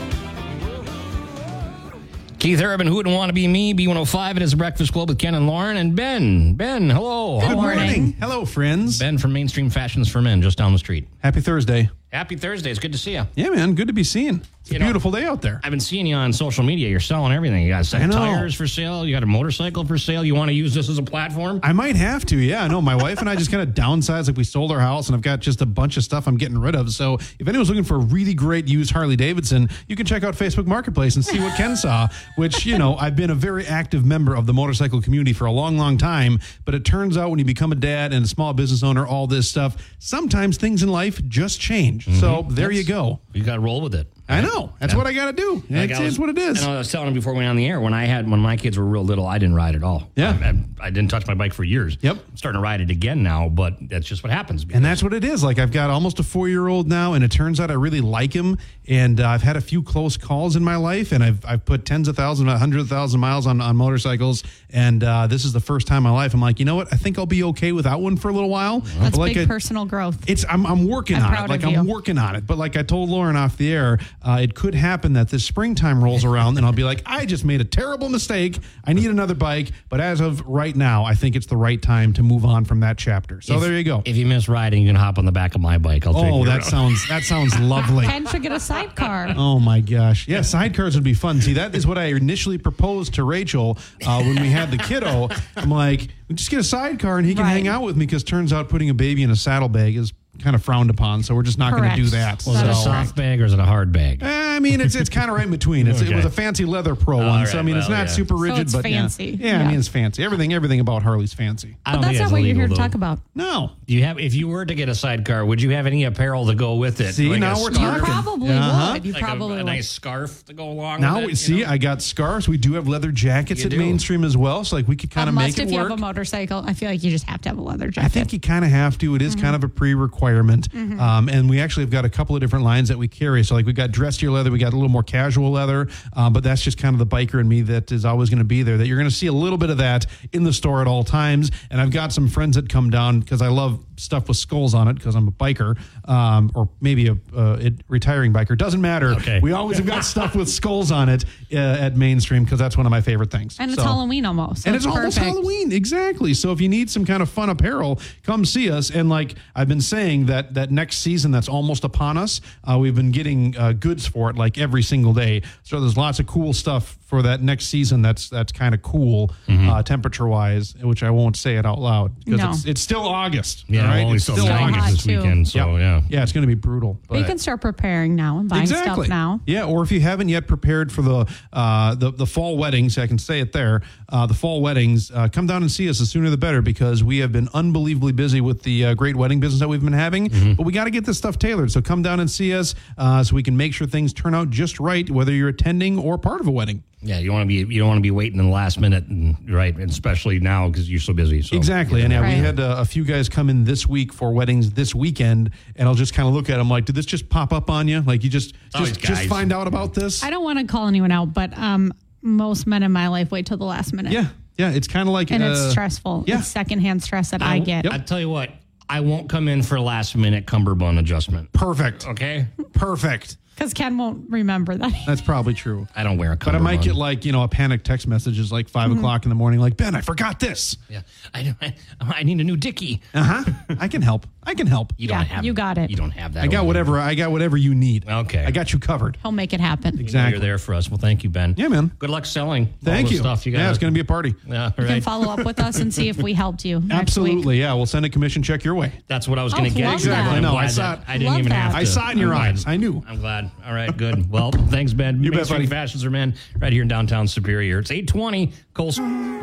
[SPEAKER 2] Keith Urban, who wouldn't want to be me? B105. It is the Breakfast Club with Ken and Lauren and Ben. Ben, hello. How
[SPEAKER 4] Good
[SPEAKER 2] are you?
[SPEAKER 4] morning. Hello, friends.
[SPEAKER 2] Ben from Mainstream Fashions for Men, just down the street.
[SPEAKER 4] Happy Thursday.
[SPEAKER 2] Happy Thursday. It's good to see you.
[SPEAKER 4] Yeah, man. Good to be seen. It's a
[SPEAKER 2] know-
[SPEAKER 4] beautiful day out there.
[SPEAKER 2] I've been seeing you on social media. You're selling everything. You got set
[SPEAKER 4] know.
[SPEAKER 2] tires for sale. You got a motorcycle for sale. You want to use this as a platform?
[SPEAKER 4] I might have to. Yeah, no. My wife and I just kind of downsized. Like we sold our house, and I've got just a bunch of stuff I'm getting rid of. So if anyone's looking for a really great used Harley Davidson, you can check out Facebook Marketplace and see what Ken saw. Which you know, I've been a very active member of the motorcycle community for a long, long time. But it turns out when you become a dad and a small business owner, all this stuff, sometimes things in life just change. So
[SPEAKER 2] Mm-hmm.
[SPEAKER 4] there you go.
[SPEAKER 2] you got to roll with it.
[SPEAKER 4] I know. That's what I got to do.
[SPEAKER 2] Like
[SPEAKER 4] It's,
[SPEAKER 2] I was-
[SPEAKER 4] it's what it is.
[SPEAKER 2] And I was telling him before we went on the air when I had when my kids were real little, I didn't ride at all.
[SPEAKER 4] Yeah.
[SPEAKER 2] I, I- I didn't touch my bike for years.
[SPEAKER 4] Yep.
[SPEAKER 2] I'm starting to ride it again now, but that's just what happens.
[SPEAKER 4] And that's what it is. Like I've got almost a four year old now, and it turns out I really like him. And uh, I've had a few close calls in my life, and I've I've put tens of thousands, a hundred thousand miles on, on motorcycles. And uh, this is the first time in my life I'm like, you know what? I think I'll be okay without one for a little while.
[SPEAKER 1] That's
[SPEAKER 4] But like
[SPEAKER 1] big
[SPEAKER 4] I-
[SPEAKER 1] personal growth.
[SPEAKER 4] it's I'm, I'm working
[SPEAKER 1] I'm
[SPEAKER 4] on
[SPEAKER 1] proud
[SPEAKER 4] it. Like
[SPEAKER 1] of you.
[SPEAKER 4] I'm working on it. But like I told Lauren off the air, uh, it could happen that this springtime rolls around and I'll be like, I just made a terrible mistake. I need another bike. But as of right now, I think it's the right time to move on from that chapter. So there you go.
[SPEAKER 2] If you miss riding, you can hop on the back of my bike. I'll take
[SPEAKER 4] Oh,
[SPEAKER 2] you
[SPEAKER 4] that
[SPEAKER 2] around.
[SPEAKER 4] sounds that sounds lovely.
[SPEAKER 1] Ken should get a sidecar.
[SPEAKER 4] Oh my gosh! Yeah, sidecars would be fun. See, that is what I initially proposed to Rachel uh, when we had the kiddo. I'm like, just get a sidecar and he can
[SPEAKER 1] Right.
[SPEAKER 4] hang out with me because turns out putting a baby in a saddlebag is kind of frowned upon. So we're just not going to do
[SPEAKER 1] Correct.
[SPEAKER 4] that.
[SPEAKER 2] Was it a
[SPEAKER 1] That is
[SPEAKER 4] So-
[SPEAKER 2] soft bag or is it a hard bag?
[SPEAKER 4] I mean, it's it's kind of right in between. It's, It
[SPEAKER 2] Okay.
[SPEAKER 4] was a fancy leather pro one, so I
[SPEAKER 2] right,
[SPEAKER 4] mean, it's
[SPEAKER 2] well,
[SPEAKER 4] not
[SPEAKER 2] yeah.
[SPEAKER 4] super rigid,
[SPEAKER 1] it's
[SPEAKER 4] but yeah.
[SPEAKER 1] fancy.
[SPEAKER 4] Yeah. I
[SPEAKER 1] Yeah.
[SPEAKER 4] mean, it's fancy. Everything everything about Harley's fancy.
[SPEAKER 1] But
[SPEAKER 2] I don't think
[SPEAKER 1] that's not what you're
[SPEAKER 2] illegal,
[SPEAKER 1] here to
[SPEAKER 2] though.
[SPEAKER 1] talk about.
[SPEAKER 4] No,
[SPEAKER 2] Do you have? If you were to get a sidecar, would you have any apparel to go with it?
[SPEAKER 4] See,
[SPEAKER 2] a
[SPEAKER 4] now we're
[SPEAKER 1] You
[SPEAKER 2] scarf?
[SPEAKER 4] Talking.
[SPEAKER 1] probably
[SPEAKER 4] Uh-huh.
[SPEAKER 1] would. You
[SPEAKER 2] Like a-
[SPEAKER 1] probably
[SPEAKER 2] a,
[SPEAKER 1] would.
[SPEAKER 2] nice scarf to go along.
[SPEAKER 4] now
[SPEAKER 2] with it,
[SPEAKER 4] we
[SPEAKER 2] you
[SPEAKER 4] see.
[SPEAKER 2] know?
[SPEAKER 4] I got scarves. We do have leather jackets
[SPEAKER 2] You
[SPEAKER 4] at
[SPEAKER 2] do.
[SPEAKER 4] mainstream as well, so like we could kind of
[SPEAKER 1] Unless
[SPEAKER 4] make
[SPEAKER 1] if
[SPEAKER 4] it
[SPEAKER 1] you have
[SPEAKER 4] work.
[SPEAKER 1] a motorcycle, I feel like you just have to have a leather jacket. Mm-hmm.
[SPEAKER 4] I think you kind of have to. It is kind of a pre-requirement, um, and we actually have got a couple of different lines that we carry. So, like, we got dressier leather, we got a little more casual leather, um, but that's just kind of the biker in me that is always going to be there. That you're going to see a little bit of that in the store at all times. And I've got some friends that come down because I love stuff with skulls on it because I'm a biker, um, or maybe a, uh, a retiring biker. Doesn't matter.
[SPEAKER 2] Okay.
[SPEAKER 4] We always have got stuff with skulls on it uh, at mainstream because that's one of my favorite things.
[SPEAKER 1] and it's
[SPEAKER 4] So-
[SPEAKER 1] Halloween almost. so
[SPEAKER 4] and it's, almost
[SPEAKER 1] perfect.
[SPEAKER 4] Halloween, exactly. So if you need some kind of fun apparel, come see us. And like I've been saying, that that next season that's almost upon us, uh, we've been getting uh, goods for it like every single day. So there's lots of cool stuff for that next season. That's that's kind of cool, uh, temperature wise, which I won't say it out loud because
[SPEAKER 1] Mm-hmm. No.
[SPEAKER 4] it's, it's still August.
[SPEAKER 2] Yeah,
[SPEAKER 4] all right?
[SPEAKER 2] well,
[SPEAKER 4] it's
[SPEAKER 2] still
[SPEAKER 4] still
[SPEAKER 1] nine
[SPEAKER 4] August.
[SPEAKER 1] Hot
[SPEAKER 2] this
[SPEAKER 1] too.
[SPEAKER 2] weekend, so yeah.
[SPEAKER 4] Yeah, it's going to be brutal.
[SPEAKER 1] But you
[SPEAKER 4] but-
[SPEAKER 1] can start preparing now and buying stuff now.
[SPEAKER 4] yeah, or if you haven't yet prepared for the uh, the, the fall weddings, I can say it there. Uh, the fall weddings, uh, come down and see us. The sooner the better, because we have been unbelievably busy with the uh, great wedding business that we've been having.
[SPEAKER 2] Mm-hmm.
[SPEAKER 4] But we got to get this stuff tailored. So come down and see us, uh, so we can make sure things turn out just right, whether you're attending or part of a wedding.
[SPEAKER 2] Yeah, you want to be you don't want to be waiting in the last minute, and, right? And especially now because you're so busy. So
[SPEAKER 4] Exactly. And yeah,
[SPEAKER 1] Right.
[SPEAKER 4] we had uh, a few guys come in this week for weddings this weekend, and I'll just kind of look at them like, did this just pop up on you? Like you just
[SPEAKER 2] always
[SPEAKER 4] just, just
[SPEAKER 2] guys.
[SPEAKER 4] find out about this?
[SPEAKER 1] I don't want to call anyone out, but um, most men in my life wait till the last minute.
[SPEAKER 4] yeah. Yeah, it's kind of like
[SPEAKER 1] And it's
[SPEAKER 4] uh,
[SPEAKER 1] stressful.
[SPEAKER 4] yeah.
[SPEAKER 1] It's secondhand stress that I, get.
[SPEAKER 2] I tell you what, I won't come in for last minute cummerbund adjustment.
[SPEAKER 4] Perfect.
[SPEAKER 2] Okay,
[SPEAKER 4] Perfect.
[SPEAKER 1] Because Ken won't remember that.
[SPEAKER 4] That's probably true.
[SPEAKER 2] I don't wear a cummerbund.
[SPEAKER 4] But I might get like, you know, a panic text message is like 5 o'clock in the morning, like, Ben, I forgot this.
[SPEAKER 2] yeah, I, I I need a new dicky.
[SPEAKER 4] Uh huh. I can help. I can help.
[SPEAKER 2] You
[SPEAKER 1] Yeah,
[SPEAKER 2] don't have
[SPEAKER 1] you got it.
[SPEAKER 2] You don't have that.
[SPEAKER 4] I got whatever. I got whatever you need.
[SPEAKER 2] Okay.
[SPEAKER 4] I got you covered.
[SPEAKER 1] He'll make it happen.
[SPEAKER 2] Exactly. You're there for us. Well, thank you, Ben.
[SPEAKER 4] Yeah, man.
[SPEAKER 2] Good luck selling. all
[SPEAKER 4] Thank
[SPEAKER 2] the
[SPEAKER 4] you.
[SPEAKER 2] Stuff you got.
[SPEAKER 4] yeah, it's going to be a party.
[SPEAKER 2] Yeah, all
[SPEAKER 1] You can
[SPEAKER 2] right.
[SPEAKER 1] follow up with us and see if we helped you. next week.
[SPEAKER 4] Absolutely. Yeah. We'll send a commission check your way.
[SPEAKER 2] That's what I was going
[SPEAKER 1] Oh,
[SPEAKER 2] to get.
[SPEAKER 1] love Exactly. that.
[SPEAKER 2] I'm
[SPEAKER 4] I know.
[SPEAKER 2] glad
[SPEAKER 4] I saw
[SPEAKER 2] that
[SPEAKER 4] it.
[SPEAKER 2] I didn't
[SPEAKER 1] Love
[SPEAKER 2] even
[SPEAKER 1] that.
[SPEAKER 2] have. To.
[SPEAKER 4] I saw it in your
[SPEAKER 2] I'm glad.
[SPEAKER 4] eyes. I knew.
[SPEAKER 2] I'm glad. All right. Good. Well, thanks, Ben. You
[SPEAKER 4] bet, buddy.
[SPEAKER 2] Fashions are men right here in downtown Superior. It's 820. Cole's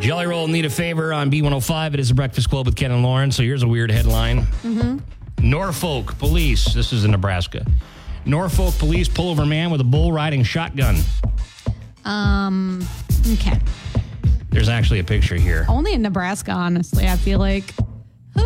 [SPEAKER 2] Jelly Roll need a favor on B105. It is the Breakfast Club with Ken and Lauren. So here's a weird headline. Norfolk police. This is in Nebraska. Norfolk police pull over man with a bull riding shotgun.
[SPEAKER 1] Um, okay.
[SPEAKER 2] There's actually a picture here.
[SPEAKER 1] Only in Nebraska, honestly, I feel like.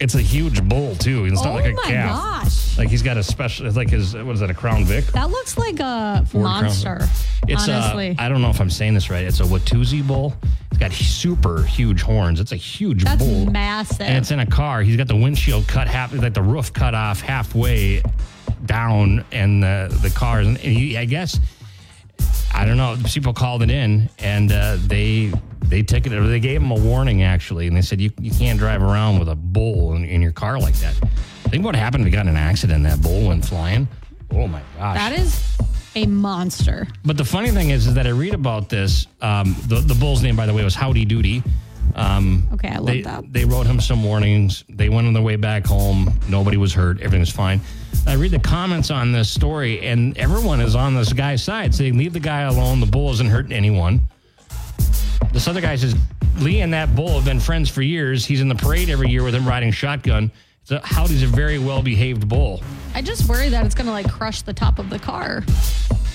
[SPEAKER 2] It's a huge bull too. It's not
[SPEAKER 1] Oh
[SPEAKER 2] like a
[SPEAKER 1] my
[SPEAKER 2] calf.
[SPEAKER 1] gosh.
[SPEAKER 2] Like he's got a special. It's like his. What is that? A Crown Vic.
[SPEAKER 1] That looks like a
[SPEAKER 2] Ford Crown Vic.
[SPEAKER 1] monster.
[SPEAKER 2] It's uh,
[SPEAKER 1] honestly.
[SPEAKER 2] I I don't know if I'm saying this right. It's a Watusi bull. It's got super huge horns. It's a huge
[SPEAKER 1] That's
[SPEAKER 2] bull.
[SPEAKER 1] massive.
[SPEAKER 2] And it's in a car. He's got the windshield cut half, like the roof cut off halfway down, and the the cars. And he, I guess I don't know. People called it in, and uh, they they ticketed. Or they gave him a warning actually, and they said you you can't drive around with a bull in, in your car like that. Think what happened if we got in an accident. and That bull went flying. Oh my gosh!
[SPEAKER 1] that is a monster.
[SPEAKER 2] But the funny thing is, is that I read about this. Um, the the bull's name, by the way, was Howdy Doody. Um,
[SPEAKER 1] Okay, I love
[SPEAKER 2] they,
[SPEAKER 1] that.
[SPEAKER 2] They wrote him some warnings. They went on their way back home. Nobody was hurt. Everything was fine. I read the comments on this story, and everyone is on this guy's side, saying, "Leave the guy alone. The bull isn't hurting anyone." This other guy says, "Lee and that bull have been friends for years. He's in the parade every year with him riding shotgun. So Howdy's a very well-behaved bull."
[SPEAKER 1] I just worry that it's going to like crush the top of the car.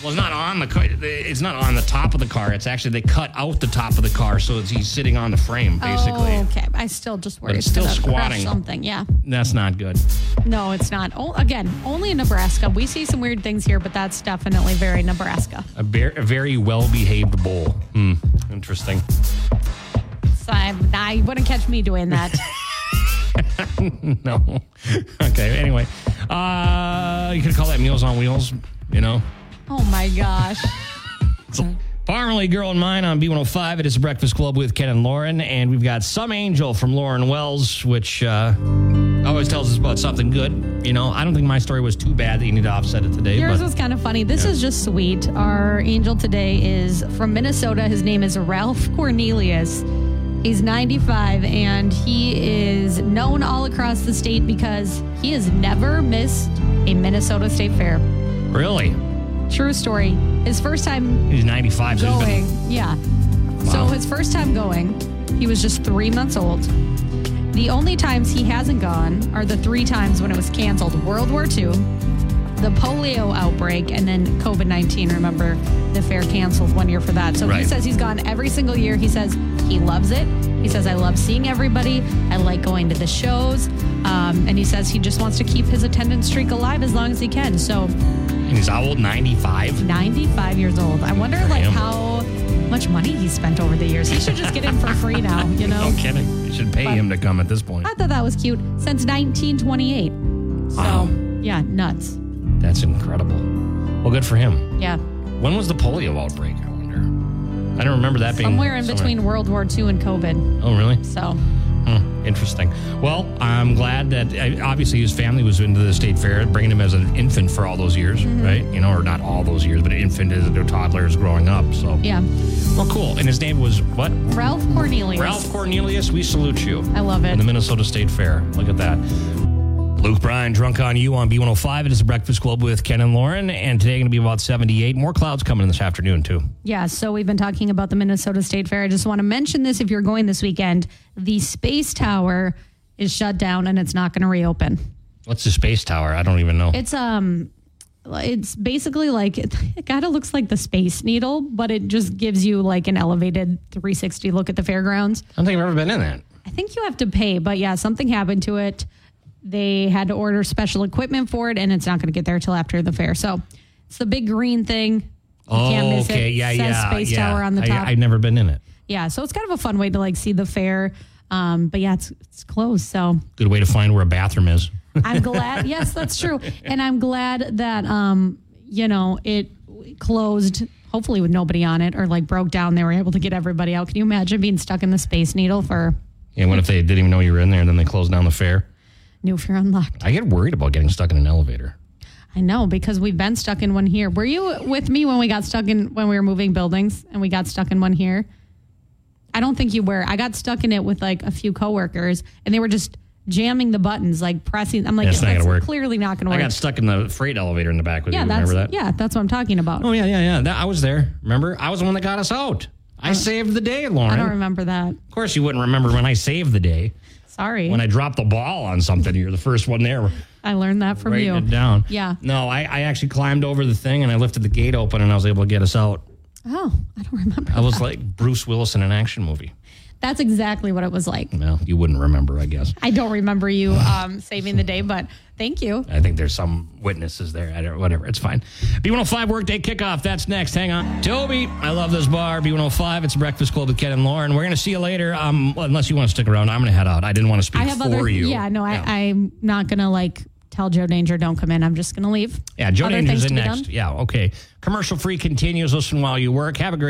[SPEAKER 2] Well, it's not on the car. It's not on the top of the car. It's actually they cut out the top of the car, so it's, he's sitting on the frame basically.
[SPEAKER 1] Oh, okay. I still just worry
[SPEAKER 2] But it's still
[SPEAKER 1] gonna crush
[SPEAKER 2] squatting.
[SPEAKER 1] something. Yeah.
[SPEAKER 2] That's not good.
[SPEAKER 1] No, it's not. Oh, again, only in Nebraska. We see some weird things here, but that's definitely very Nebraska.
[SPEAKER 2] A, bear, a very well-behaved bull. Hmm. Interesting.
[SPEAKER 1] So I, I wouldn't catch me doing that.
[SPEAKER 2] No. okay. Anyway, uh, you could call that Meals on Wheels. You know,
[SPEAKER 1] oh my gosh.
[SPEAKER 2] Parley Girl and Mine on B105. It is the Breakfast Club with Ken and Lauren, and we've got Some Angel from Lauren Wells, which uh, always tells us about something good. You know, I don't think my story was too bad that you need to offset it today.
[SPEAKER 1] Yours
[SPEAKER 2] but-
[SPEAKER 1] was kind of funny. This is just sweet. Our angel today is from Minnesota. His name is Ralph Cornelius. He's 95 and he is known all across the state because he has never missed a Minnesota State Fair.
[SPEAKER 2] Really?
[SPEAKER 1] True story. His first time
[SPEAKER 2] He's 95. So he's been-
[SPEAKER 1] going, yeah. So
[SPEAKER 2] Wow.
[SPEAKER 1] his first time going, he was just three months old. The only times he hasn't gone are the three times when it was canceled World War II, the polio outbreak, and then COVID 19. Remember, the fair canceled one year for that. So he
[SPEAKER 2] Right.
[SPEAKER 1] says he's gone every single year. He says he loves it. He says, I love seeing everybody. I like going to the shows. Um, and he says he just wants to keep his attendance streak alive as long as he can. So
[SPEAKER 2] and he's how old? 95?
[SPEAKER 1] 95 years old. I wonder like
[SPEAKER 2] Damn.
[SPEAKER 1] how much money he spent over the years. He should just get in for free now, you know.
[SPEAKER 2] No kidding. You should pay him to come at this point.
[SPEAKER 1] I thought that was cute since 1928. So,
[SPEAKER 2] Wow.
[SPEAKER 1] yeah, nuts.
[SPEAKER 2] That's incredible. Well, good for him.
[SPEAKER 1] Yeah.
[SPEAKER 2] When was the polio outbreak? I wonder. I don't remember that being
[SPEAKER 1] Somewhere in between World War II and COVID.
[SPEAKER 2] Oh, really?
[SPEAKER 1] So,
[SPEAKER 2] Hmm, interesting. Well, I'm glad that I- obviously his family was into the state fair, bringing him as an infant for all those years,
[SPEAKER 1] Mm-hmm.
[SPEAKER 2] right? You know, or not all those years, but an infant is a toddler is growing up. So,
[SPEAKER 1] yeah.
[SPEAKER 2] well, cool. And his name was what?
[SPEAKER 1] Ralph Cornelius.
[SPEAKER 2] Ralph Cornelius. We salute you.
[SPEAKER 1] I love it.
[SPEAKER 2] From the Minnesota State Fair. Look at that. Luke Bryan, drunk on you on B105. It is the Breakfast Club with Ken and Lauren, and today going to be about 78. More clouds coming in this afternoon too.
[SPEAKER 1] Yeah, so we've been talking about the Minnesota State Fair. I just want to mention this if you're going this weekend, the Space Tower is shut down and it's not going to reopen.
[SPEAKER 2] What's the space tower? I don't even know.
[SPEAKER 1] It's um it's basically like it, kind of looks like the space needle, but it just gives you like an elevated 360 look at the fairgrounds.
[SPEAKER 2] I don't think I've ever been in that.
[SPEAKER 1] I think you have to pay, but yeah, something happened to it. They had to order special equipment for it and it's not going to get there till after the fair. So, it's the big green thing. You can't
[SPEAKER 2] Oh,
[SPEAKER 1] miss
[SPEAKER 2] okay.
[SPEAKER 1] It.
[SPEAKER 2] Yeah,
[SPEAKER 1] Says
[SPEAKER 2] yeah.
[SPEAKER 1] Space
[SPEAKER 2] yeah.
[SPEAKER 1] Tower on the
[SPEAKER 2] I-
[SPEAKER 1] top.
[SPEAKER 2] I've never been in it.
[SPEAKER 1] yeah, so it's kind of a fun way to like see the fair. Um, but yeah, it's it's closed. So
[SPEAKER 2] Good way to find where a bathroom is.
[SPEAKER 1] I'm glad. yes, that's true. And I'm glad that um, you know, it closed hopefully with nobody on it or like broke down. They were able to get everybody out. Can you imagine being stuck in the space needle for
[SPEAKER 2] Yeah, what if they didn't even know you were in there and then they closed down the fair?
[SPEAKER 1] new fear unlocked?
[SPEAKER 2] I get worried about getting stuck in an elevator.
[SPEAKER 1] I know because we've been stuck in one here. Were you with me when we got stuck in when we were moving buildings and we got stuck in one here? I don't think you were. I got stuck in it with like a few coworkers and they were just jamming the buttons, like pressing. I'm like,
[SPEAKER 2] That's not gonna
[SPEAKER 1] that's
[SPEAKER 2] work.
[SPEAKER 1] clearly not going to
[SPEAKER 2] I
[SPEAKER 1] work.
[SPEAKER 2] got stuck in the freight elevator in the back with
[SPEAKER 1] yeah,
[SPEAKER 2] you.
[SPEAKER 1] that's
[SPEAKER 2] Remember that?
[SPEAKER 1] yeah, that's what I'm talking about.
[SPEAKER 2] Oh yeah, yeah, yeah. That, I was there. Remember? I was the one that got us out.
[SPEAKER 1] Uh,
[SPEAKER 2] I saved the day, Lauren.
[SPEAKER 1] I don't remember that.
[SPEAKER 2] Of course, you wouldn't remember when I saved the day.
[SPEAKER 1] Sorry.
[SPEAKER 2] When I dropped the ball on something, you're the first one there
[SPEAKER 1] I learned that from
[SPEAKER 2] writing
[SPEAKER 1] you.
[SPEAKER 2] it down.
[SPEAKER 1] Yeah.
[SPEAKER 2] No, I, I actually climbed over the thing and I lifted the gate open and I was able to get us out.
[SPEAKER 1] Oh, I don't remember.
[SPEAKER 2] I was like Bruce Willis in an action movie.
[SPEAKER 1] That's exactly what it was like.
[SPEAKER 2] Well, you wouldn't remember, I guess.
[SPEAKER 1] I don't remember you um, saving the day, but thank you.
[SPEAKER 2] I think there's some witnesses there. I don't, whatever. It's fine. B105 Workday Kickoff. That's next. Hang on. Toby, I love this bar. B105. It's Breakfast Club with Ken and Lauren. We're going to see you later. Um, well, unless you want to stick around, I'm going to head out. I didn't want to speak
[SPEAKER 1] I have
[SPEAKER 2] for
[SPEAKER 1] other.
[SPEAKER 2] you.
[SPEAKER 1] Yeah, no, I, I'm not gonna like tell Joe Danger don't come in. I'm just gonna leave.
[SPEAKER 2] Yeah, Joe
[SPEAKER 1] Other
[SPEAKER 2] Danger's
[SPEAKER 1] things
[SPEAKER 2] in
[SPEAKER 1] to be
[SPEAKER 2] next.
[SPEAKER 1] done?
[SPEAKER 2] Yeah, okay. Commercial free continues. Listen while you work. Have a great